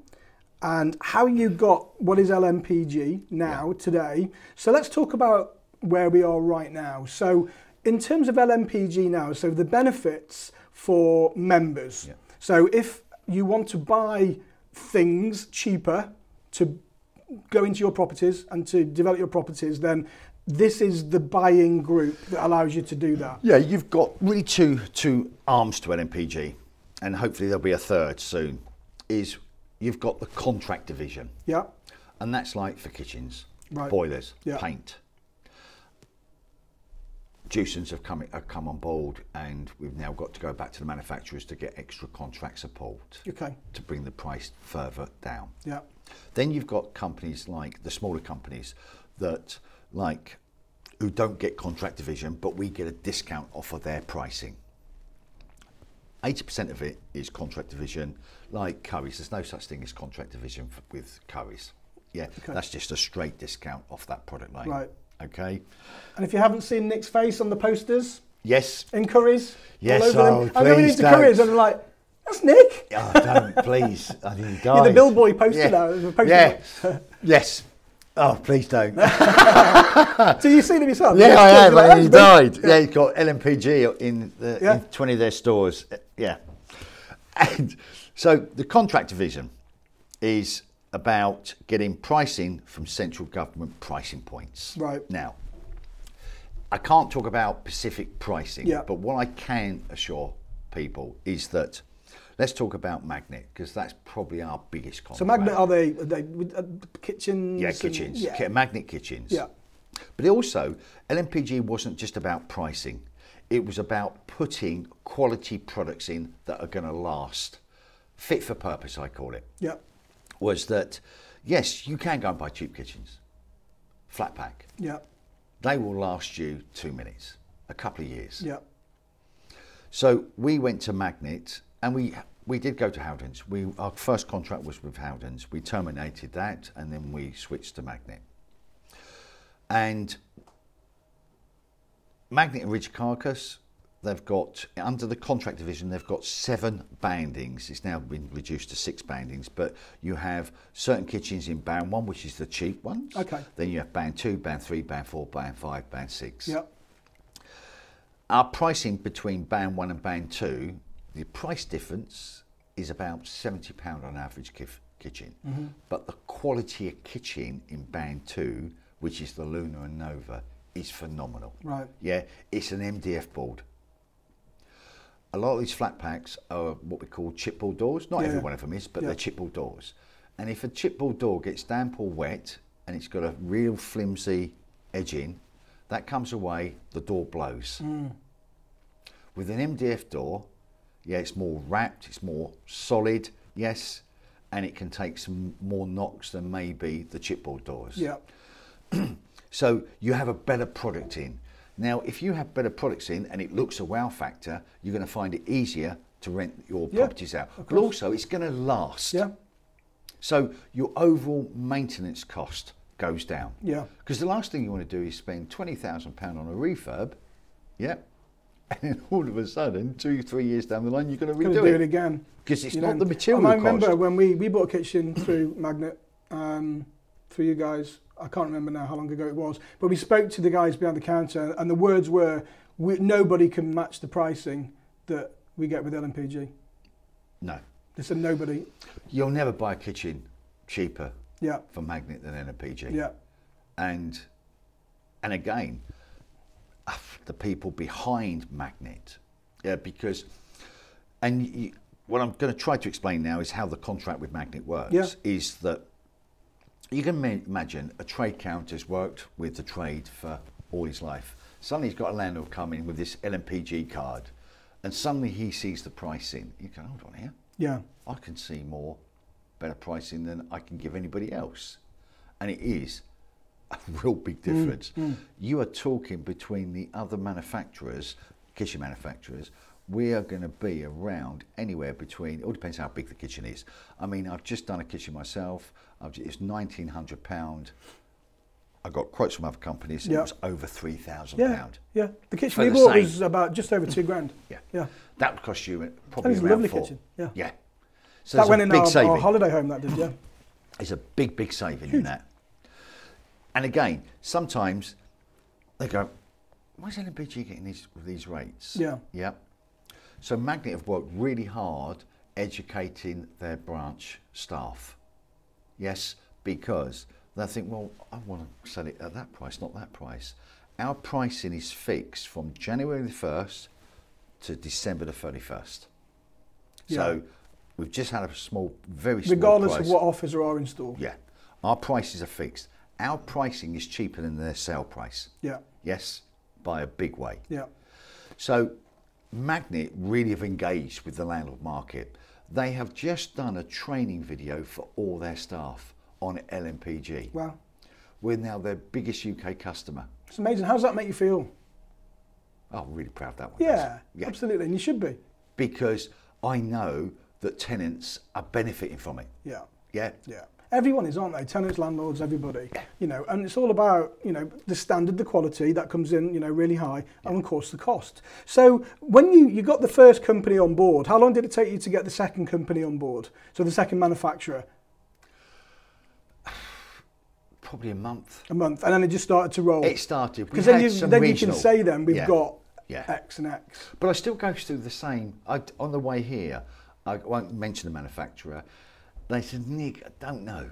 A: and how you got what is LMPG now today. So let's talk about where we are right now. So in terms of LMPG now, so the benefits for members.
B: Yeah.
A: So if you want to buy things cheaper to go into your properties and to develop your properties, then this is the buying group that allows you to do that.
B: Yeah, you've got really two two arms to LMPG, and hopefully there'll be a third soon. Is you've got the contract division,
A: Yeah.
B: and that's like for kitchens,
A: Right.
B: boilers,
A: Yeah.
B: paint. Juicens have come have come on board, and we've now got to go back to the manufacturers to get extra contract support
A: Okay.
B: to bring the price further down.
A: Yeah.
B: Then you've got companies like the smaller companies that like who don't get contract division, but we get a discount off of their pricing. 80% of it is contract division, like curries. There's no such thing as contract division f- with curries. Yeah,
A: Okay.
B: that's just a straight discount off that product line.
A: Right.
B: Okay.
A: And if you haven't seen Nick's face on the posters
B: Yes.
A: in curries,
B: Yes,
A: all over
B: oh,
A: them. I remember
B: please
A: into
B: don't.
A: curries and I'm like, that's Nick.
B: Oh, don't, please. I didn't die.
A: You're the billboy poster
B: yeah.
A: now. The poster
B: Yeah. yes. Oh, please don't.
A: So you've seen him yourself?
B: Yeah, I
A: You're
B: have.
A: like,
B: And he
A: "That's Nick."
B: died. Yeah, he's got LMPG in, the,
A: Yeah.
B: in 20 of their stores. Uh, Yeah. And so the contract division is about getting pricing from central government pricing points.
A: Right.
B: Now, I can't talk about Pacific pricing,
A: Yeah.
B: but what I can assure people is that let's talk about Magnet because that's probably our biggest contract.
A: So magnet are they? Are they with, uh, kitchens?
B: Yeah,
A: and-
B: kitchens.
A: yeah.
B: Ki- Magnet kitchens.
A: Yeah.
B: But also, LMPG wasn't just about pricing, it was about putting quality products in that are going to last. Fit for purpose, I call it,
A: Yeah.
B: was that yes, you can go and buy cheap kitchens, flat pack.
A: Yeah.
B: They will last you two minutes, a couple of years.
A: Yeah.
B: So we went to Magnet and we we did go to Howdens. We our first contract was with Howdens. We terminated that and then we switched to Magnet. And Magnet and Ridge Carcass, they've got under the contract division, they've got seven bandings. It's now been reduced to six bandings, but you have certain kitchens in band one, which is the cheap ones.
A: Okay.
B: Then you have band two, band three, band four, band five, band six
A: Yeah.
B: our pricing between band one and band two, the price difference is about seventy pound on average kif- kitchen, but the quality of kitchen in band two, which is the Luna and Nova, is phenomenal.
A: Right.
B: Yeah, it's an MDF board. A lot of these flat packs are what we call chipboard doors. Not
A: Yeah.
B: every one of them is, but
A: Yeah.
B: they're chipboard doors. And if a chipboard door gets damp or wet and it's got a real flimsy edging, that comes away, the door blows.
A: Hmm.
B: With an MDF door, yeah, it's more wrapped, it's more solid, yes, and it can take some more knocks than maybe the chipboard doors.
A: Yeah.
B: So you have a better product in. Now, if you have better products in and it looks a wow factor, you're going to find it easier to rent your
A: Yeah,
B: properties out. But also, it's going to last.
A: Yeah.
B: So your overall maintenance cost goes down.
A: Yeah.
B: Because the last thing you want to do is spend twenty thousand pound on a refurb, yeah, and then all of a sudden, two three years down the line, you're going to
A: Gonna
B: redo
A: do it,
B: it
A: again.
B: because it's
A: you
B: not
A: know.
B: the material
A: And I
B: cost.
A: remember when we, we bought a kitchen through Magnet um, for you guys. I can't remember now how long ago it was, but we spoke to the guys behind the counter, and the words were, we, "Nobody can match the pricing that we get with LMPG."
B: No,
A: They said nobody.
B: you'll never buy a kitchen cheaper
A: Yeah,
B: for Magnet than NPG.
A: yeah,
B: and and again ah, the people behind magnet yeah because and you, what i'm going to try to explain now is how the contract with magnet works
A: Yeah.
B: is that you can ma- imagine a trade counter's worked with the trade for all his life suddenly he's got a landlord come in with this lmpg card and suddenly he sees the pricing you go hold on here
A: yeah,
B: I can see more better pricing than I can give anybody else. And it is a real
A: Mm,
B: big difference. You are talking between the other manufacturers, kitchen manufacturers, we are going to be around anywhere between, it all depends how big the kitchen is. I mean, I've just done a kitchen myself, I've ju- it's £1,900. I got quotes from other companies,
A: Yeah.
B: it was over £3,000.
A: yeah, yeah. The kitchen
B: For
A: we
B: the
A: bought
B: same.
A: was about just over two grand.
B: Yeah.
A: yeah.
B: That would cost you uh, probably
A: it's a
B: around
A: lovely
B: four.
A: kitchen, yeah.
B: yeah. So
A: that
B: there's
A: went
B: a
A: in
B: big
A: our, our
B: saving.
A: holiday home. That did, yeah,
B: It's a big, big saving in that. And again, sometimes they go, why is LNPG getting these, these rates?
A: Yeah.
B: Yep. So Magnet have worked really hard educating their branch staff. Yes, because they think, well, I want to sell it at that price, not that price. Our pricing is fixed from January the 1st to December the 31st.
A: Yeah.
B: So we've just had a small, very small
A: regardless
B: price.
A: of what offers are in store.
B: Yeah. Our prices are fixed. Our pricing is cheaper than their sale price.
A: yeah,
B: Yes, by a big way.
A: yeah,
B: So Magnet really have engaged with the landlord market. They have just done a training video for all their staff on LMPG.
A: wow,
B: We're now their biggest UK customer.
A: it's amazing. How does that make you feel?
B: Oh, I'm really proud of that one.
A: Yeah,
B: yeah.
A: absolutely, and you should be.
B: Because I know that tenants are benefiting from it.
A: Yeah,
B: Yeah.
A: yeah. Everyone is, aren't they? Tenants, landlords, everybody. You know, and it's all about you know the standard, the quality that comes in, you know, really high, and of course the cost. So when you you got the first company on board, how long did it take you to get the second company on board? So the second manufacturer,
B: Probably a month.
A: a month, and then it just started to roll.
B: It started. we
A: Because then
B: had
A: you
B: some
A: then you
B: regional-
A: can say then we've
B: Yeah.
A: got
B: Yeah.
A: X and X.
B: But I still go through the same. I, on the way here, I won't mention the manufacturer. They said, Nick, I don't know.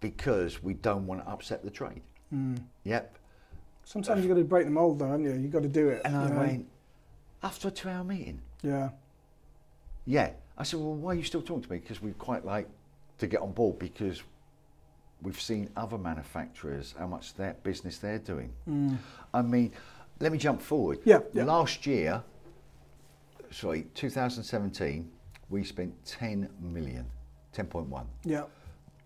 B: Because we don't want to upset the trade. Yep.
A: Sometimes you've got to break the mold, though, haven't you? You've got to do it.
B: And I
A: you know?
B: went, after a two hour meeting.
A: yeah,
B: Yeah. I said, well, why are you still talking to me? Because we'd quite like to get on board because We've seen other manufacturers, how much their business they're doing. I mean, let me jump forward.
A: Mm. Yeah, yeah.
B: Last year, sorry, 2017, we spent 10 million, 10.1.
A: Yeah.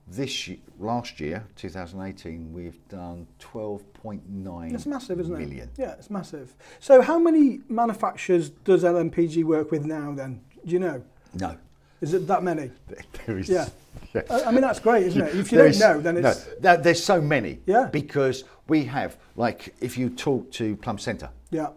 B: This year, last year, 2018, we've done 12.9
A: It's massive, isn't
B: million.
A: it? Yeah, it's massive. So, how many manufacturers does LMPG work with now? Then, do you know?
B: No,
A: Is it that many?
B: there is.
A: Yeah. I, I mean, that's great, isn't it? If you
B: There
A: don't
B: is-
A: know, then
B: no,
A: it's
B: there- there's so many.
A: Yeah.
B: Because we have, like, if you talk to Plum Centre,
A: yeah.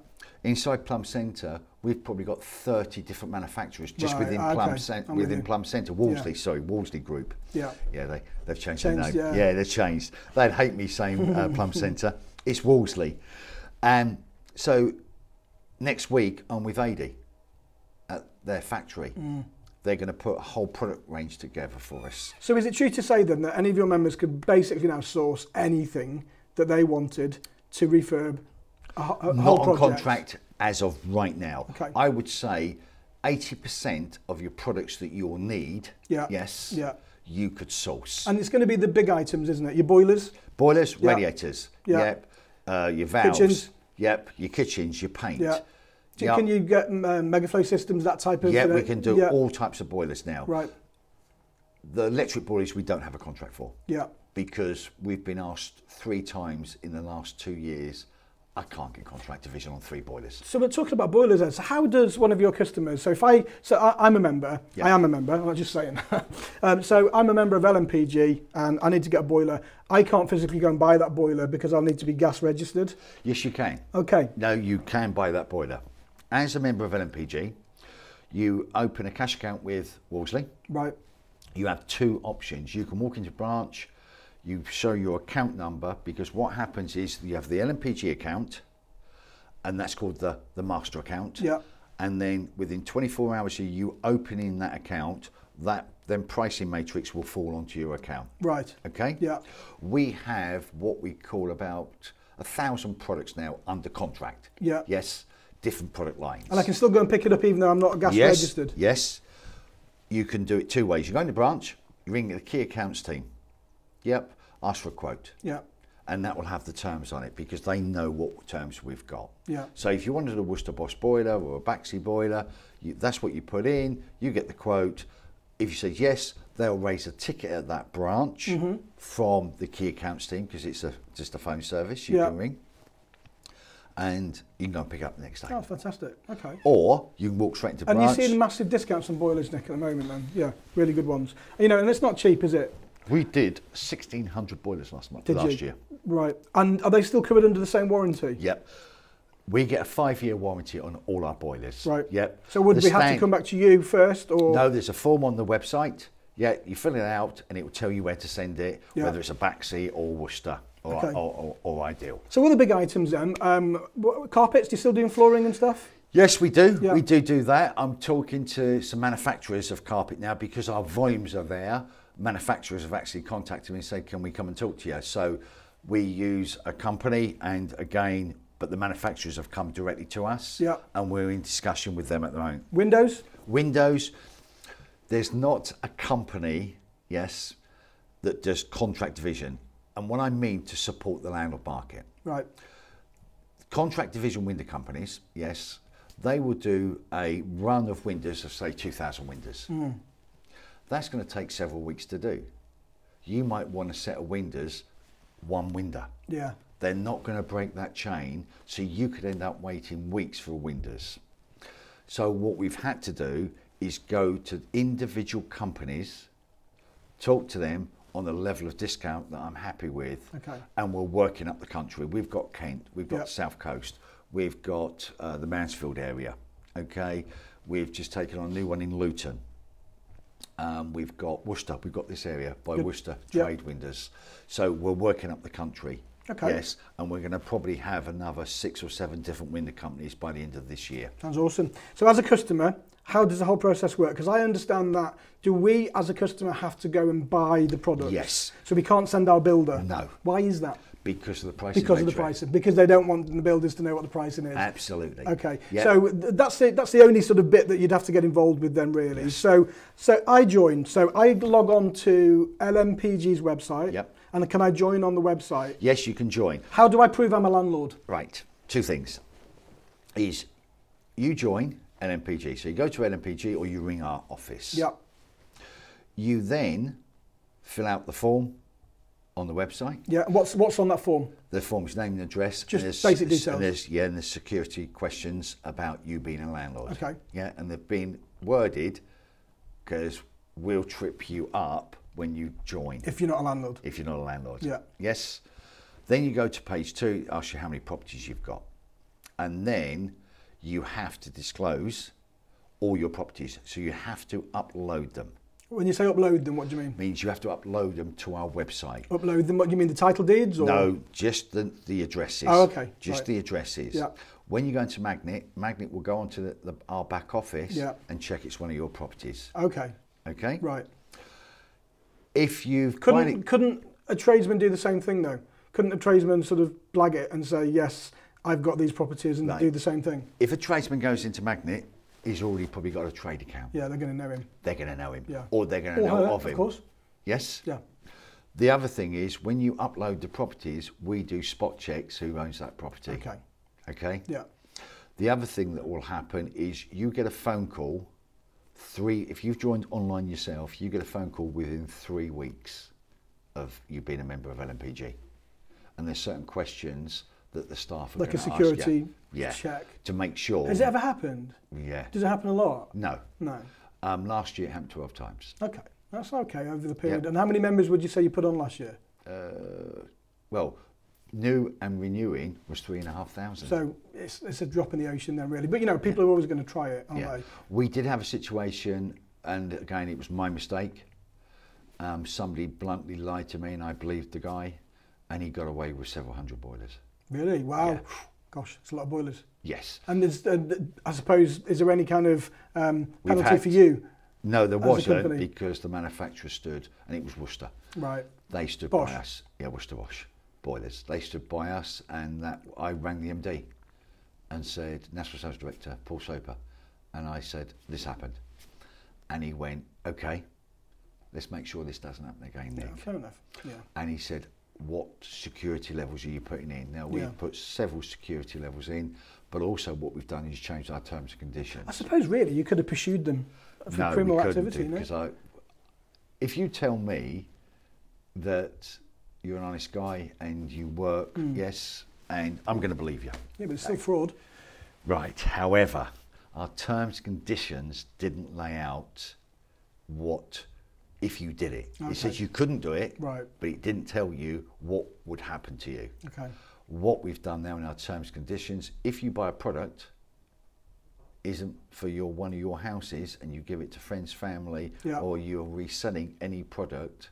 B: inside Plum Centre, we've probably got 30 different manufacturers just
A: Right,
B: within
A: okay,
B: Plum Centre,
A: I'm with
B: within
A: you.
B: Plum Centre, Wolseley, sorry, Wolseley Group.
A: Yeah.
B: Yeah, they, they've changed,
A: Changed,
B: their name.
A: yeah.
B: they've changed. They'd hate me saying uh, Plum Centre. It's Wolseley. And so next week, I'm with AD at their factory.
A: Mm.
B: They're going to put a whole product range together for us.
A: So, is it true to say then that any of your members could basically now source anything that they wanted to refurb a, ho- a whole
B: not on
A: project?
B: contract as of right now.
A: Okay.
B: I would say 80% of your products that you'll need,
A: Yeah.
B: yes,
A: Yeah.
B: you could source.
A: And it's going to be the big items, isn't it? Your boilers,
B: Boilers,
A: Yeah.
B: radiators,
A: Yeah.
B: yep. Uh, your valves,
A: Kitchens.
B: yep. Your kitchens, your paint.
A: Yeah. Do-
B: Yep.
A: Can you get um, uh, megaflow systems, that type of?
B: yeah,
A: you know-
B: we can do
A: yeah.
B: all types of boilers now.
A: Right.
B: The electric boilers we don't have a contract for
A: Yeah.
B: because we've been asked three times in the last two years, I can't get contract division on three boilers.
A: So we're talking about boilers. then. So how does one of your customers? So if I, so I, I'm a member.
B: Yeah.
A: I am a member. I'm not just saying. um, so I'm a member of LMPG, and I need to get a boiler. I can't physically go and buy that boiler because I'll need to be gas registered.
B: Yes, you can.
A: Okay.
B: No, you can buy that boiler. As a member of LMPG, you open a cash account with Wolseley.
A: Right.
B: You have two options. You can walk into branch, you show your account number, because what happens is you have the LMPG account, and that's called the, the master account.
A: Yeah.
B: And then within 24 hours of you opening that account, that then pricing matrix will fall onto your account.
A: Right.
B: Okay?
A: Yeah.
B: We have what we call about a thousand products now under contract.
A: Yeah.
B: Yes, different product lines.
A: And I can still go and pick it up even though I'm not gas
B: yes,
A: registered.
B: Yes. You can do it two ways. You go in the branch, you ring the key accounts team. Yep. Ask for a quote.
A: Yeah.
B: And that will have the terms on it because they know what terms we've got.
A: Yeah.
B: So if you wanted a Worcester Boss boiler or a Baxi boiler, you, that's what you put in, you get the quote. If you say yes, they'll raise a ticket at that branch
A: Mm-hmm.
B: from the key accounts team because it's a, just a phone service you
A: Yeah.
B: can ring. And you can go and pick it up the next day.
A: Oh, fantastic. Okay.
B: Or you can walk straight into
A: And you're
B: branch.
A: seeing massive discounts on boilers, Nick, at the moment, then. Yeah, really good ones. You know, and it's not cheap, is it?
B: We did 1,600 boilers last month,
A: Did you?
B: last year.
A: Right. And are they still covered under the same warranty?
B: Yep. We get a five-year warranty on all our boilers.
A: Right.
B: Yep.
A: So would
B: The
A: we have to
B: stand-
A: come back to you first, or
B: No, there's a form on the website. Yeah, you fill it out, and it will tell you where to send it,
A: Yeah.
B: whether it's a Baxi or Worcester or,
A: Okay.
B: or, or, or Ideal.
A: so? What are the big items then? Um, what, carpets? Do you still doing flooring and stuff?
B: Yes, we do.
A: Yeah.
B: We do do that. I'm talking to some manufacturers of carpet now because our volumes are there. Manufacturers have actually contacted me and said, "Can we come and talk to you?" So we use a company, and again, but the manufacturers have come directly to us,
A: Yeah.
B: and we're in discussion with them at the moment.
A: Windows?
B: Windows, there's not a company, yes, that does contract division, and what I mean to support the landlord market
A: Right.
B: contract division window companies, yes, they will do a run of windows of say 2,000 windows. That's going to take several weeks to do. You might want a set of windows, one window.
A: Yeah.
B: They're not going to break that chain, so you could end up waiting weeks for windows. So what we've had to do is go to individual companies, talk to them on the level of discount that I'm happy with,
A: Okay.
B: and we're working up the country. We've got Kent, we've got
A: Yep.
B: South Coast, we've got uh, the Mansfield area. Okay, we've just taken on a new one in Luton. Um, we've got Worcester. We've got this area by Worcester
A: Yep.
B: trade windows. So we're working up the country.
A: Okay.
B: Yes, and we're going to probably have another six or seven different window companies by the end of this year.
A: Sounds awesome. So as a customer, how does the whole process work? Because I understand that. Do we, as a customer, have to go and buy the product?
B: Yes.
A: So we can't send our builder.
B: No.
A: Why is that?
B: Because of the pricing.
A: Because of the
B: matrix.
A: pricing. Because they don't want the builders to know what the pricing is.
B: Absolutely.
A: Okay,
B: Yeah.
A: so th- that's the, that's the only sort of bit that you'd have to get involved with then, really. So so I joined. So I log on to LMPG's website,
B: Yep.
A: And can I join on the website?
B: Yes, you can join.
A: How do I prove I'm a landlord?
B: Right, two things. Is you join LMPG, so you go to LMPG or you ring our office.
A: Yeah.
B: You then fill out the form on the website.
A: Yeah. What's what's on that form?
B: The form's name and address.
A: Just
B: and there's-
A: basic
B: there's-
A: details.
B: And there's, yeah, and there's security questions about you being a landlord.
A: Okay.
B: Yeah, and they've been worded because we'll trip you up when you join
A: If you're not a landlord.
B: if you're not a landlord.
A: Yeah.
B: Yes. Then you go to page two, asks you how many properties you've got. And then you have to disclose all your properties. So you have to upload them.
A: When you say upload them, what do you mean?
B: Means you have to upload them to our website.
A: Upload them? What do you mean? The title deeds? Or?
B: No, just the, the addresses.
A: Oh, okay.
B: Just
A: Right.
B: the addresses.
A: Yeah.
B: When you go into Magnet, Magnet will go onto the, the, our back office
A: Yeah.
B: and check it's one of your properties.
A: Okay.
B: Okay.
A: Right.
B: If you've
A: Couldn't
B: quite-
A: couldn't a tradesman do the same thing though? Couldn't a tradesman sort of blag it and say yes, I've got these properties and
B: Right.
A: do the same thing?
B: if a tradesman goes into Magnet, he's already probably got a trade account.
A: Yeah, they're going to know him.
B: they're going to know him
A: Yeah.
B: or they're going to
A: Or
B: know
A: her,
B: of him.
A: course.
B: Yes.
A: Yeah.
B: The other thing is when you upload the properties, we do spot checks who owns that property.
A: Okay.
B: Okay.
A: Yeah.
B: The other thing that will happen is you get a phone call three if you've joined online yourself, you get a phone call within three weeks of you being a member of LMPG. And there's certain questions that the staff are
A: Like a
B: gonna ask you.
A: security
B: yeah,
A: check.
B: to make sure.
A: Has it ever happened?
B: yeah.
A: Does it happen a lot?
B: No.
A: No.
B: Um, last year it happened 12 times.
A: Okay. That's okay over the period.
B: Yeah.
A: And how many members would you say you put on last year?
B: well, new and renewing was three and a half thousand.
A: So it's, it's a drop in the ocean then really. But you know, people are always going to try it, aren't
B: yeah,
A: they?
B: we did have a situation, and again, it was my mistake. Um, somebody bluntly lied to me, and I believed the guy, and he got away with several hundred boilers.
A: Really? Wow.
B: Yeah.
A: Gosh, it's a lot of boilers.
B: Yes.
A: And there's, uh, th- I suppose, is there any kind of um,
B: We've
A: penalty
B: had-
A: for you?
B: No, there
A: As a
B: wasn't
A: company?
B: because the manufacturer stood, and it was Worcester.
A: Right.
B: They stood
A: Bosch.
B: by us. Yeah, Worcester Wash boilers. They stood by us, and that I rang the MD and said, National Sales Director Paul Soper, and I said this happened, and he went, okay, let's make sure this doesn't happen again,
A: Yeah,
B: Nick.
A: fair enough. Yeah.
B: And he said, what security levels are you putting in? Now we've
A: Yeah.
B: put several security levels in, but also what we've done is changed our terms and
A: I
B: conditions.
A: suppose really you could have pursued them for
B: no,
A: criminal
B: we couldn't
A: activity,
B: do,
A: no?
B: 'cause I, if you tell me that you're an honest guy and you work,
A: Hmm.
B: yes, and I'm going to believe you.
A: Yeah, but it's still fraud.
B: Right. However, our terms and conditions didn't lay out what if you did it.
A: Okay.
B: It says you couldn't do it,
A: Right.
B: but it didn't tell you what would happen to you.
A: Okay.
B: What we've done now in our terms and conditions, if you buy a product isn't for your one of your houses and you give it to friends, family,
A: Yeah.
B: or you're reselling any product,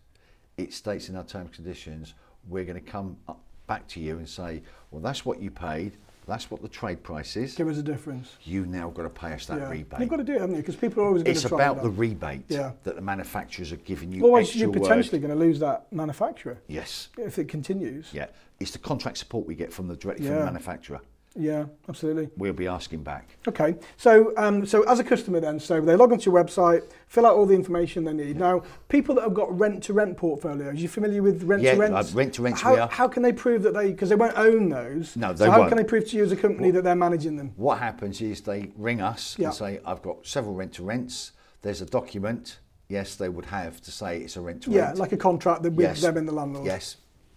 B: it states in our terms and conditions we're going to come up back to you and say, well, that's what you paid, that's what the trade price is
A: Give us a difference.
B: you now got to pay us that
A: yeah.
B: rebate.
A: You've got to do it, haven't you? Because people are always going
B: it's
A: to try
B: about the
A: that.
B: rebate
A: Yeah.
B: that the manufacturers are giving you.
A: Otherwise,
B: extra
A: you're potentially going to lose that manufacturer
B: Word. Yes.
A: if it continues.
B: Yeah. It's the contract support we get from the directly from
A: Yeah.
B: the manufacturer.
A: Yeah, absolutely.
B: We'll be asking back.
A: Okay, so um, so as a customer then, so they log onto your website, fill out all the information they need. Now, people that have got rent-to-rent portfolios, you familiar with rent-to-rent?
B: Yeah, uh, rent-to-rents we
A: How,
B: are.
A: how can they prove that they, because they won't own those.
B: No, they
A: so how
B: won't.
A: can they prove to you as a company that they're managing them?
B: What happens is they ring us
A: Yeah.
B: and say, I've got several rent to rents. There's a document. Yes, they would have to say it's a rent to
A: Yeah,
B: rent.
A: like a contract that with
B: yes.
A: them and the landlord.
B: Yes.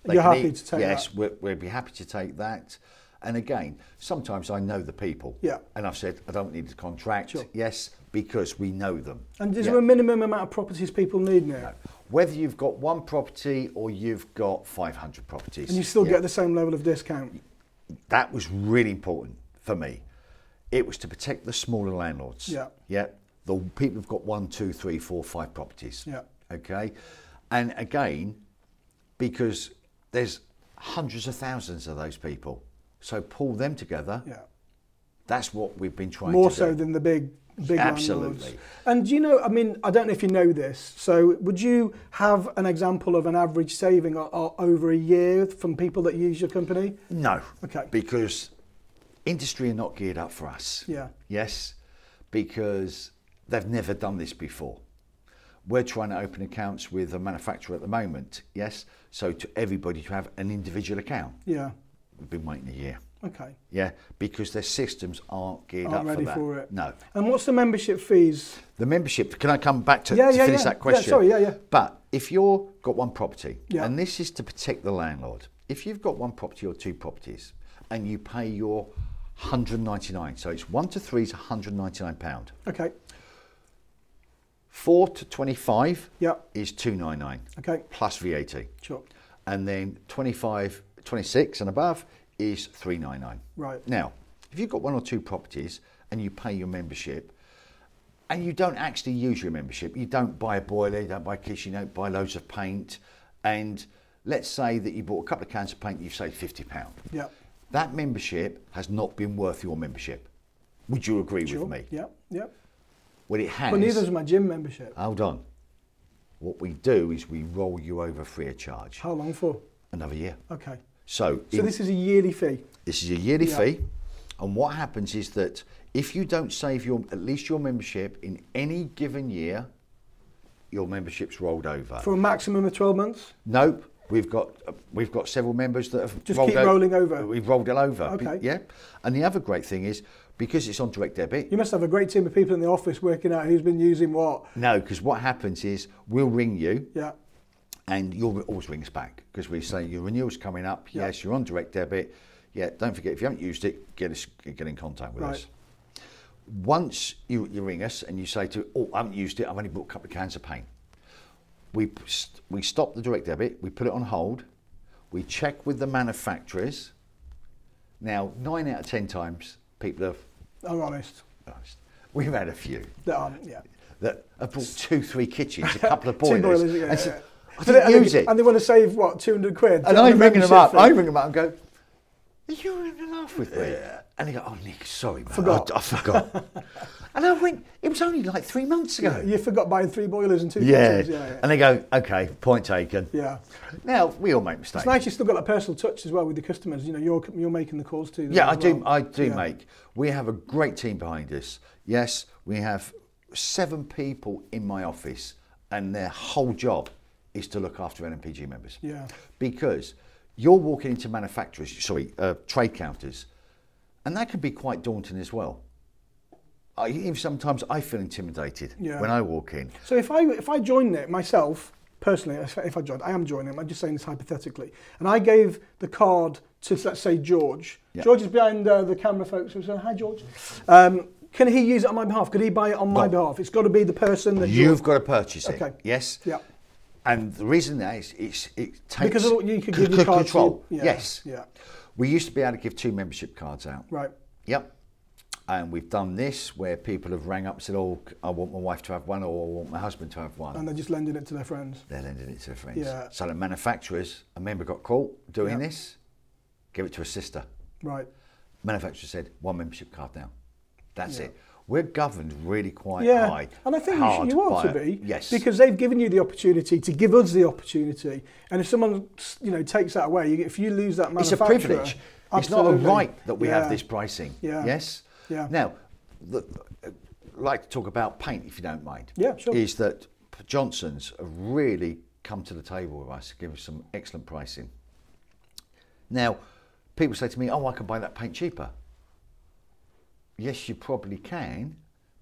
A: You're
B: can e-
A: happy to take
B: Yes,
A: that?
B: we- we'd be happy to take that. And again, sometimes I know the people.
A: Yeah.
B: And I've said, I don't need a contract.
A: Sure.
B: Yes, because we know them.
A: And is
B: Yeah.
A: there a minimum amount of properties people need now?
B: Whether you've got one property or you've got 500 properties.
A: And you still
B: yeah,
A: get the same level of discount.
B: That was really important for me. It was to protect the smaller landlords.
A: Yeah.
B: Yeah. The people who've got one, two, three, four, five properties.
A: Yeah.
B: Okay. And again, because there's hundreds of thousands of those people. So pull them together.
A: Yeah.
B: That's what we've been trying
A: More
B: to
A: so
B: do.
A: than the big big landlords.
B: Absolutely.
A: And do you know, I mean, I don't know if you know this, so would you have an example of an average saving o o- over a year from people that use your company?
B: No.
A: Okay.
B: Because industry are not geared up for us.
A: Yeah.
B: Yes, because they've never done this before. We're trying to open accounts with a manufacturer at the moment, yes? So to everybody to have an individual account.
A: Yeah.
B: We've been waiting a year.
A: Okay.
B: Yeah, because their systems aren't geared
A: Aren't
B: up
A: ready
B: for that.
A: for it.
B: No.
A: And what's the membership fees?
B: The membership, can I come back to,
A: Yeah,
B: to
A: yeah,
B: finish
A: yeah.
B: that
A: Yeah,
B: question?
A: sorry, yeah, yeah.
B: But if you've got one property,
A: Yeah.
B: and this is to protect the landlord, if you've got one property or two properties and you pay your 199, so it's one to three is 199 pound.
A: Okay.
B: Four to 25
A: Yeah.
B: is 299
A: Okay.
B: plus VAT.
A: Sure.
B: And then 25, 26 and above is 399.
A: Right.
B: Now, if you've got one or two properties and you pay your membership and you don't actually use your membership, you don't buy a boiler, you don't buy a kitchen, you don't buy loads of paint, and let's say that you bought a couple of cans of paint, you've saved £50.
A: Yeah.
B: That membership has not been worth your membership. Would you agree
A: Sure.
B: with me?
A: Yeah. Yeah.
B: Well, it has.
A: But neither is my gym membership.
B: Hold on. What we do is we roll you over free of charge
A: How long for?
B: another year.
A: Okay.
B: So,
A: So
B: in-
A: this is a yearly fee.
B: This is a yearly
A: Yeah.
B: fee, and what happens is that if you don't save your at least your membership in any given year, your membership's rolled over.
A: For a maximum of 12 months?
B: nope, we've got uh, we've got several members that have
A: Just
B: rolled
A: keep
B: o-
A: rolling over.
B: We've rolled it over. Be-
A: Okay.
B: Yeah, and the other great thing is because it's on direct debit.
A: You must have a great team of people in the office working out who's been using what.
B: No, because what happens is we'll ring you.
A: Yeah.
B: and you'll always ring us back because we say your renewal's coming up.
A: Yeah.
B: Yes, you're on direct debit. Yeah, don't forget if you haven't used it, get us get in contact with
A: Right.
B: us. Once you, you ring us and you say to, oh, I haven't used it. I've only bought a couple of cans of paint. We p- st- we stop the direct debit. We put it on hold. We check with the manufacturers. Now, nine out of ten times, people have. oh,
A: I'm honest.
B: We've had a few
A: That aren't, yeah.
B: that have bought two, three kitchens, a couple of
A: Two
B: boilers,
A: boilers, yeah.
B: and said, I
A: But they-
B: didn't
A: and they-
B: use it.
A: And they want to save, what, 200 quid? on
B: And I
A: the
B: ring them
A: membership
B: up.
A: fee?
B: I ring them up and go, "Are you in love with me?" And they go, "Oh, Nick, sorry, man,
A: Forgot.
B: I, I forgot." and I went, "It was only like three months ago."
A: You forgot buying three boilers and two
B: Yeah.
A: kitchens. Yeah. Yeah.
B: And they go, "Okay, point taken."
A: yeah.
B: Now we all make mistakes.
A: It's nice you still got that personal touch as well with the customers. You know, you're, you're making the calls to them.
B: yeah, I
A: as
B: do.
A: well.
B: I do
A: Yeah.
B: make. We have a great team behind us. Yes, we have seven people in my office, and their whole job is to look after LMPG members.
A: Yeah.
B: because you're walking into manufacturers, sorry, uh, trade counters, and that can be quite daunting as well. I, even sometimes I feel intimidated
A: Yeah.
B: when I walk in.
A: So if I if I joined it myself personally, if if I joined, I am joining. it, I'm just saying this hypothetically, and I gave the card to let's say George.
B: Yeah.
A: George is behind uh, the camera, folks. So hi, George. Um, can he use it on my behalf? Could he buy it on my
B: No.
A: behalf? It's got to be the person that
B: You've got to purchase it.
A: Okay.
B: Yes.
A: Yeah.
B: And the reason that is it's, it takes
A: Because of- you could
B: c-
A: give your
B: c-
A: card to-
B: control.
A: yeah,
B: Yes.
A: yeah.
B: We used to be able to give two membership cards out.
A: Right.
B: Yep. And we've done this where people have rang up and said, "Oh, I want my wife to have one, or I want my husband to have one."
A: And they're just lending it to their friends.
B: they're lending it to their friends.
A: Yeah.
B: So the manufacturers, a member got caught doing
A: Yeah.
B: this, give it to a sister.
A: Right.
B: Manufacturer said, one membership card now. That's it. We're governed really quite
A: yeah.
B: high.
A: And I think you,
B: hard
A: should, you ought
B: by
A: to be.
B: it. Yes.
A: Because they've given you the opportunity to give us the opportunity, and if someone you know takes that away, you, if you lose that
B: it's a
A: manufacturer,
B: privilege. It's not a
A: absolutely.
B: right that we have
A: Yeah.
B: this pricing.
A: Yeah.
B: Yes.
A: Yeah.
B: Now, the, I'd like to talk about paint, if you don't mind.
A: Yeah, sure.
B: Is that Johnson's have really come to the table with us, give us some excellent pricing. Now, people say to me, "Oh, I can buy that paint cheaper." Yes, you probably can,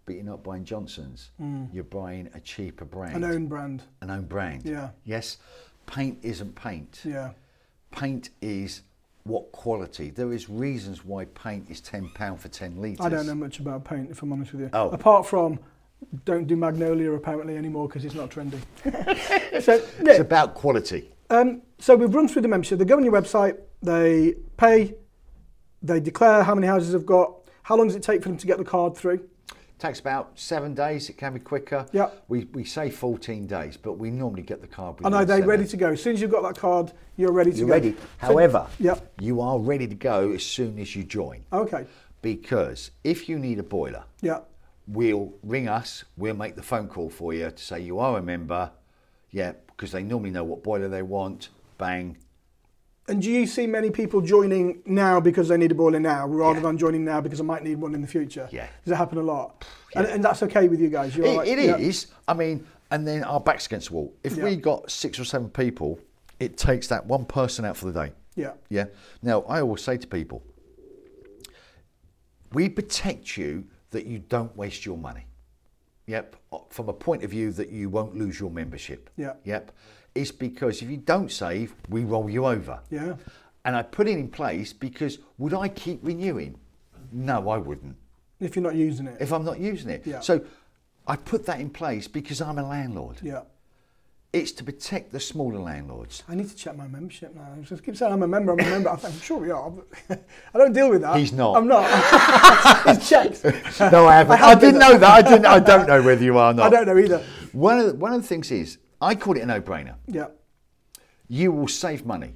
B: but you're not buying Johnson's. You're buying a cheaper brand,
A: Mm. An own brand.
B: an own brand.
A: Yeah.
B: Yes, paint isn't paint
A: Yeah.
B: paint is what quality. There is reasons why paint is ten pound for ten litres.
A: I don't know much about paint, if I'm honest with you.
B: Oh.
A: Apart from, don't do magnolia apparently anymore because it's not trendy. so,
B: It's
A: Nick,
B: about quality.
A: um, so we've run through the membership. They go on your website, they pay, they declare how many houses they've got, how long does it take for them to get the card through?
B: takes about seven days. It can be quicker.
A: Yeah.
B: We we say fourteen days, but we normally get the card.
A: And
B: within
A: are they
B: seven.
A: ready to go? As soon as you've got that card, you're ready to
B: You're
A: go.
B: ready.
A: So-
B: However,
A: Yep.
B: you are ready to go as soon as you join,
A: Okay.
B: because if you need a boiler,
A: Yeah.
B: we'll ring us. We'll make the phone call for you to say you are a member. Yeah, because they normally know what boiler they want. Bang.
A: And do you see many people joining now because they need a boiler now, rather
B: Yeah.
A: than joining now because I might need one in the future?
B: Yeah.
A: Does it happen a lot? And, and that's okay with you guys. You're
B: It,
A: like,
B: it is.
A: yeah.
B: I mean, and then our backs against the wall. If
A: Yeah.
B: we got six or seven people, it takes that one person out for the day.
A: Yeah.
B: Yeah. Now I always say to people, we protect you that you don't waste your money. Yep. From a point of view that you won't lose your membership.
A: Yeah.
B: Yep. It's because if you don't save, we roll you over.
A: Yeah.
B: And I put it in place because would I keep renewing? No, I wouldn't
A: If you're not using it.
B: if I'm not using it.
A: Yeah.
B: So I put that in place because I'm a landlord.
A: yeah.
B: It's to protect the smaller landlords.
A: I need to check my membership now. I just keep saying I'm a member, I'm a member. I'm, I'm sure we are. But I don't deal with that.
B: He's not.
A: I'm not. He's checked.
B: no, I haven't. I,
A: have
B: didn't
A: done
B: know that. I didn't. I don't know whether you are or not.
A: I don't know either.
B: One of the, one of the things is I call it a no-brainer.
A: Yeah.
B: You will save money.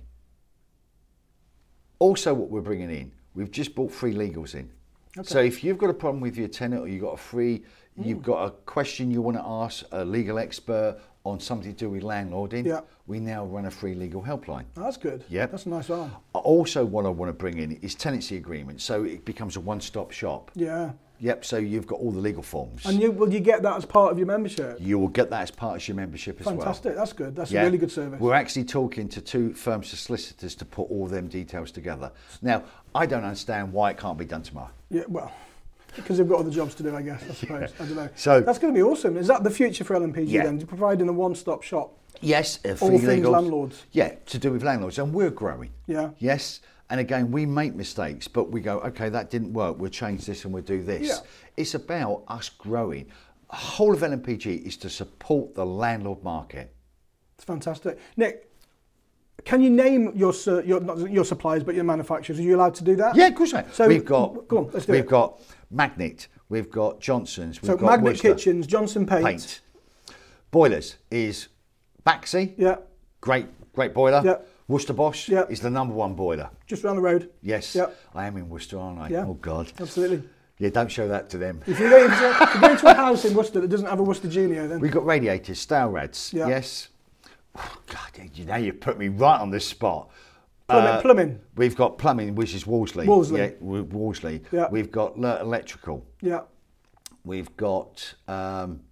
B: Also, what we're bringing in, we've just brought free legals in. So if you've got a problem with your tenant, or you've got a free,
A: Mm.
B: you've got a question you want to ask a legal expert on something to do with landlording,
A: Yeah.
B: we now run a free legal helpline.
A: Oh, that's good.
B: Yep.
A: That's a nice one.
B: Also, what I want to bring in is tenancy agreements, so it becomes a one-stop shop.
A: Yeah.
B: Yep. So you've got all the legal forms.
A: And you will you get that as part of your membership?
B: you will get that as part of your membership as well.
A: Fantastic. That's good. That's
B: Yeah.
A: a really good service.
B: We're actually talking to two firms of solicitors to put all them details together. Now, I don't understand why it can't be done tomorrow.
A: Yeah, well, because they've got other jobs to do, I guess. I suppose. I don't know.
B: So-
A: that's going to be awesome. Is that the future for LMPG
B: Yeah.
A: then? Providing a one-stop shop.
B: Yes, uh,
A: All
B: free
A: things
B: legals.
A: landlords.
B: Yeah, to do with landlords, and we're growing.
A: Yeah.
B: Yes, and again, we make mistakes, but we go, okay, that didn't work. We'll change this and we'll do this.
A: Yeah.
B: It's about us growing. The whole of LMPG is to support the landlord market.
A: It's fantastic. Nick, can you name your su- your not your suppliers, but your manufacturers? Are you allowed to do that?
B: Yeah, of course. I-
A: So,
B: we've got.
A: go on, let's do
B: we've
A: it.
B: got Magnet. We've got Johnson's. We've
A: So
B: got
A: Magnet
B: Worcester.
A: Kitchens, Johnson Paint.
B: paint. Boilers is Baxi.
A: Yeah,
B: Great, great boiler.
A: Yeah.
B: Worcester Bosch
A: Yeah.
B: is the number one boiler.
A: just around the road.
B: Yes.
A: Yeah,
B: I am in Worcester, aren't I?
A: Yeah.
B: Oh God.
A: absolutely.
B: Yeah, don't show that to them.
A: If you're, going to, if you're going to a house in Worcester that doesn't have a Worcester Junior, then
B: We've got radiators, stale rads.
A: Yeah.
B: Yes. Oh, God, you now you put me right on the spot.
A: plumbing.
B: Uh,
A: plumbing.
B: We've got plumbing, which is Wolseley.
A: Wolseley.
B: Yeah, Wa- Wolseley.
A: Yeah.
B: We've got Lert Electrical.
A: Yeah,
B: We've got um,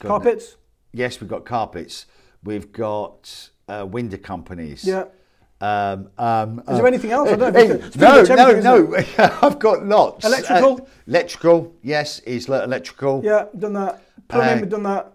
B: God,
A: carpets.
B: Yes, we've got carpets. We've got uh, window companies.
A: Yeah.
B: Um, um,
A: Is there anything else? I don't know.
B: eh,
A: It's pretty
B: no,
A: much
B: no,
A: everything,
B: no. I've got lots. Uh,
A: Electrical?
B: electrical. Yes, is le- electrical.
A: Yeah, done that. Plumbing,
B: Uh,
A: we've done that.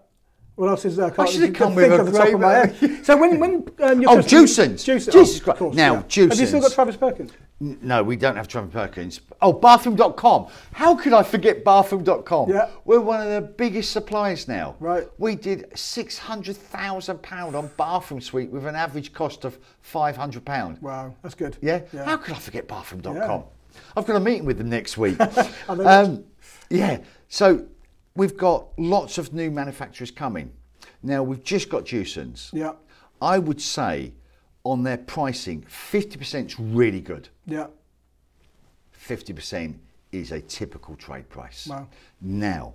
A: What else is there? I can't
B: should have
A: even
B: come
A: think
B: with
A: off
B: a
A: the top of my
B: great-
A: head. So when when um, your
B: Oh,
A: customer-
B: Juicens.
A: Juicens.
B: Jesus
A: oh,
B: Christ.
A: of course,
B: Now,
A: yeah. Have you still
B: Juicens.
A: got Travis Perkins?
B: N- No, we don't have Trevor Perkins. Oh, bathroom.com. How could I forget bathroom.com?
A: Yeah.
B: We're one of the biggest suppliers now.
A: Right.
B: We did £600,000 on bathroom suite with an average cost of £500.
A: Wow, that's good.
B: Yeah?
A: Yeah.
B: How could I forget bathroom.com?
A: Yeah.
B: I've got a meeting with them next week.
A: know.
B: um, yeah. So we've got lots of new manufacturers coming. Now we've just got Juicens.
A: Yeah.
B: I would say on their pricing, 50% is really good.
A: Yeah.
B: 50% is a typical trade price.
A: Wow.
B: Now,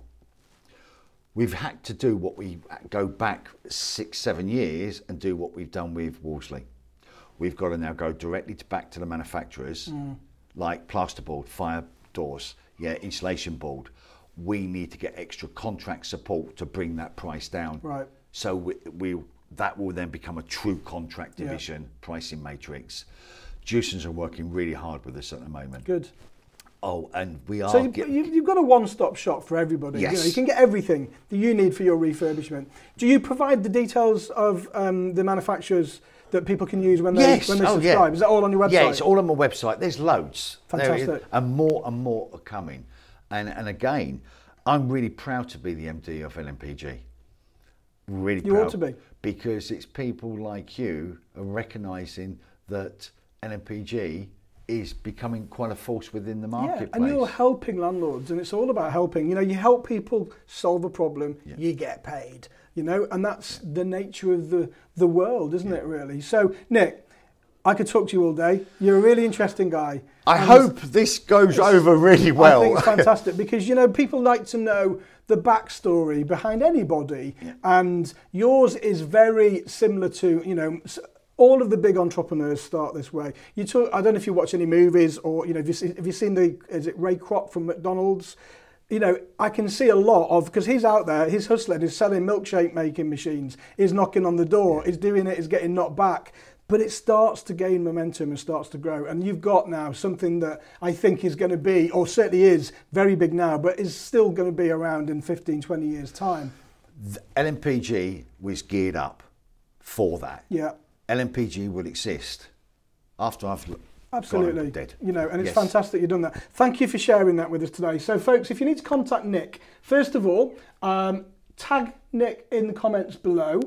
B: we've had to do what we go back six, seven years and do what we've done with Wolseley. We've got to now go directly to back to the manufacturers,
A: Hmm.
B: like plasterboard, fire doors, yeah, insulation board. We need to get extra contract support to bring that price down.
A: Right.
B: So we, we that will then become a true contract
A: Yeah.
B: division pricing matrix. Juicens are working really hard with us at the moment.
A: Good.
B: Oh, and we are.
A: So you,
B: get-
A: you, you've got a one-stop shop for everybody. You, know,
B: Yes.
A: you can get everything that you need for your refurbishment. Do you provide the details of um, the manufacturers that people can use when they
B: yes.
A: when they
B: oh,
A: subscribe?
B: yeah.
A: Is that all on your website?
B: Yeah, it's all on my website. There's loads. There is-
A: Fantastic.
B: and more and more are coming. And and again, I'm really proud to be the MD of LMPG. Really
A: You
B: proud.
A: ought to be.
B: Because it's people like you are recognising that LMPG is becoming quite a force within the
A: Yeah,
B: marketplace.
A: and you're helping landlords, and it's all about helping. You know, you help people solve a problem, you get paid. You know, and that's the nature of the the world, isn't it? Really. So, Nick, I could talk to you all day. You're a really interesting guy.
B: I
A: And
B: hope this goes over really well.
A: I think it's fantastic because you know people like to know the backstory behind anybody, and yours is very similar to you know s- all of the big entrepreneurs start this way. You talk, I don't know if you watch any movies or you know have you seen, have you seen the is it Ray Kroc from McDonald's? You know, I can see a lot of because he's out there, he's hustling, he's selling milkshake making machines, he's knocking on the door, he's doing it, he's getting knocked back. But it starts to gain momentum and starts to grow. And you've got now something that I think is going to be, or certainly is, very big now, but is still going to be around in 15, 20 years' time.
B: The LMPG was geared up for that.
A: Yeah.
B: LMPG will exist after I've l- gone and
A: Absolutely.
B: dead.
A: You know, and it's
B: Yes.
A: fantastic you've done that. Thank you for sharing that with us today. So, folks, if you need to contact Nick, first of all, um, tag Nick in the comments below.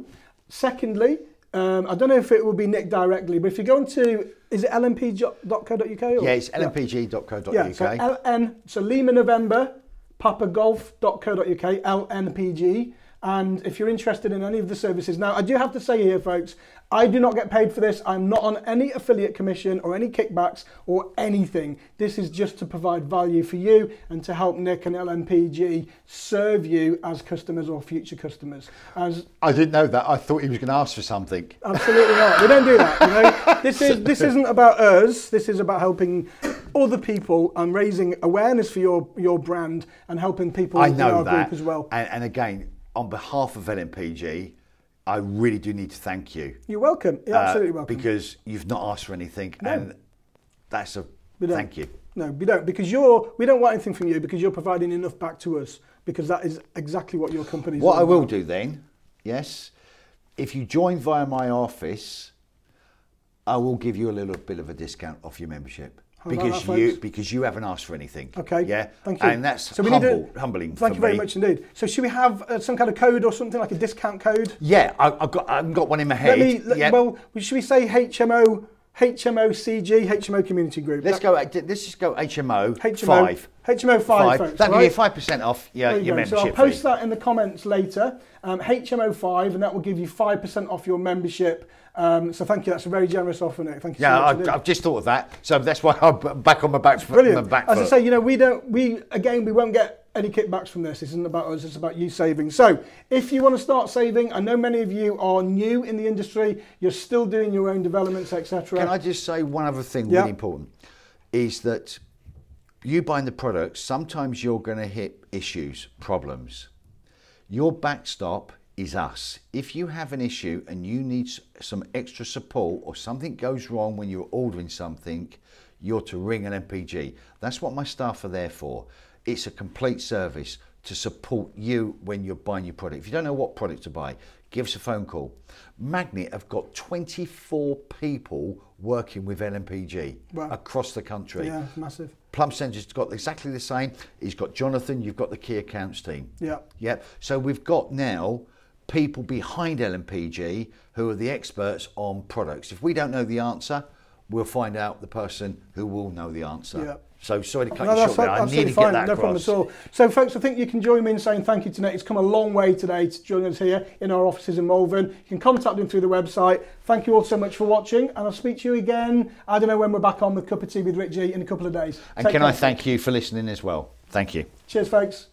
A: Secondly, um, I don't know if it will be Nick directly, but if you go into, is it lmp.co.uk? Or?
B: Yeah, it's lmpg.co.uk.
A: Yeah, so LN, so Lima November, papagolf.co.uk, LNPG. And if you're interested in any of the services, now I do have to say here, folks, I do not get paid for this. I'm not on any affiliate commission or any kickbacks or anything. This is just to provide value for you and to help Nick and LNPG serve you as customers or future customers. As
B: I didn't know that. I thought he was going to ask for something.
A: Absolutely not. We don't do that. You know? This is this isn't about us. This is about helping other people and raising awareness for your your brand and helping people
B: I
A: in
B: know
A: Oh, our
B: that.
A: group as well.
B: And, and again, on behalf of LMPG, I really do need to thank you.
A: You're welcome. You're
B: uh,
A: absolutely welcome.
B: Because you've not asked for anything, and that's a
A: We don't.
B: thank you.
A: No, we don't because you're we don't want anything from you because you're providing enough back to us because that is exactly what your company's
B: What
A: all
B: I will
A: about.
B: do then, yes, if you join via my office, I will give you a little bit of a discount off your membership.
A: about
B: Because
A: that,
B: you
A: folks?
B: because you haven't asked for anything.
A: Okay.
B: Yeah.
A: Thank you.
B: And that's
A: we need
B: humble, humbling.
A: Thank
B: for
A: you very
B: me.
A: much indeed. So should we have uh, some kind of code or something like a discount code?
B: Yeah, I, I've got I've got one in my head.
A: Let me. Let,
B: yeah.
A: Well, should we say HMO, HMOCG, HMO Community Group?
B: let's go. at- Let's just go HMO,
A: HMO
B: five.
A: HMO five. folks,
B: That'll
A: right?
B: give you five percent off your,
A: There you
B: your
A: go. So
B: membership.
A: I'll post
B: fee.
A: that in the comments later. Um, HMO five, and that will give you five percent off your membership. Um, so thank you. That's a very generous offer, Nick. Thank you.
B: Yeah,
A: so much
B: I've,
A: indeed.
B: I've just thought of that. So that's why I'm back on my back. foot-
A: Brilliant.
B: My back
A: As I
B: foot.
A: say, you know, we don't, we, again, we won't get any kickbacks from this. This isn't about us, it's about you saving. So, if you want to start saving, I know many of you are new in the industry, you're still doing your own developments,
B: Can I
A: etc.
B: just say one other thing
A: Yeah.
B: really important is that you buying the product, sometimes you're going to hit issues, problems. Your backstop is us. If you have an issue and you need s- some extra support or something goes wrong when you're ordering something, you're to ring an MPG. That's what my staff are there for. It's a complete service to support you when you're buying your product. If you don't know what product to buy, give us a phone call. Magnet have got 24 people working with LMPG
A: Wow.
B: across the country.
A: Yeah, massive.
B: Plum Centre's got exactly the same. He's got Jonathan, you've got the key accounts team.
A: Yeah.
B: Yep. So we've got now people behind LMPG who are the experts on products. If we don't know the answer, we'll find out the person who will know the answer.
A: Yeah.
B: So sorry to cut
A: No,
B: you
A: that's
B: short there. I
A: absolutely
B: need to
A: fine.
B: get that
A: no
B: across.
A: problem at all. So, folks, I think you can join me in saying thank you to Nick. He's come a long way today to join us here in our offices in Malvern. You can contact him through the website. Thank you all so much for watching, and I'll speak to you again. I don't know when we're back on with Cup of Tea with Richie E in a couple of days.
B: And
A: Take
B: can I
A: care.
B: thank you for listening as well? Thank you.
A: Cheers, folks.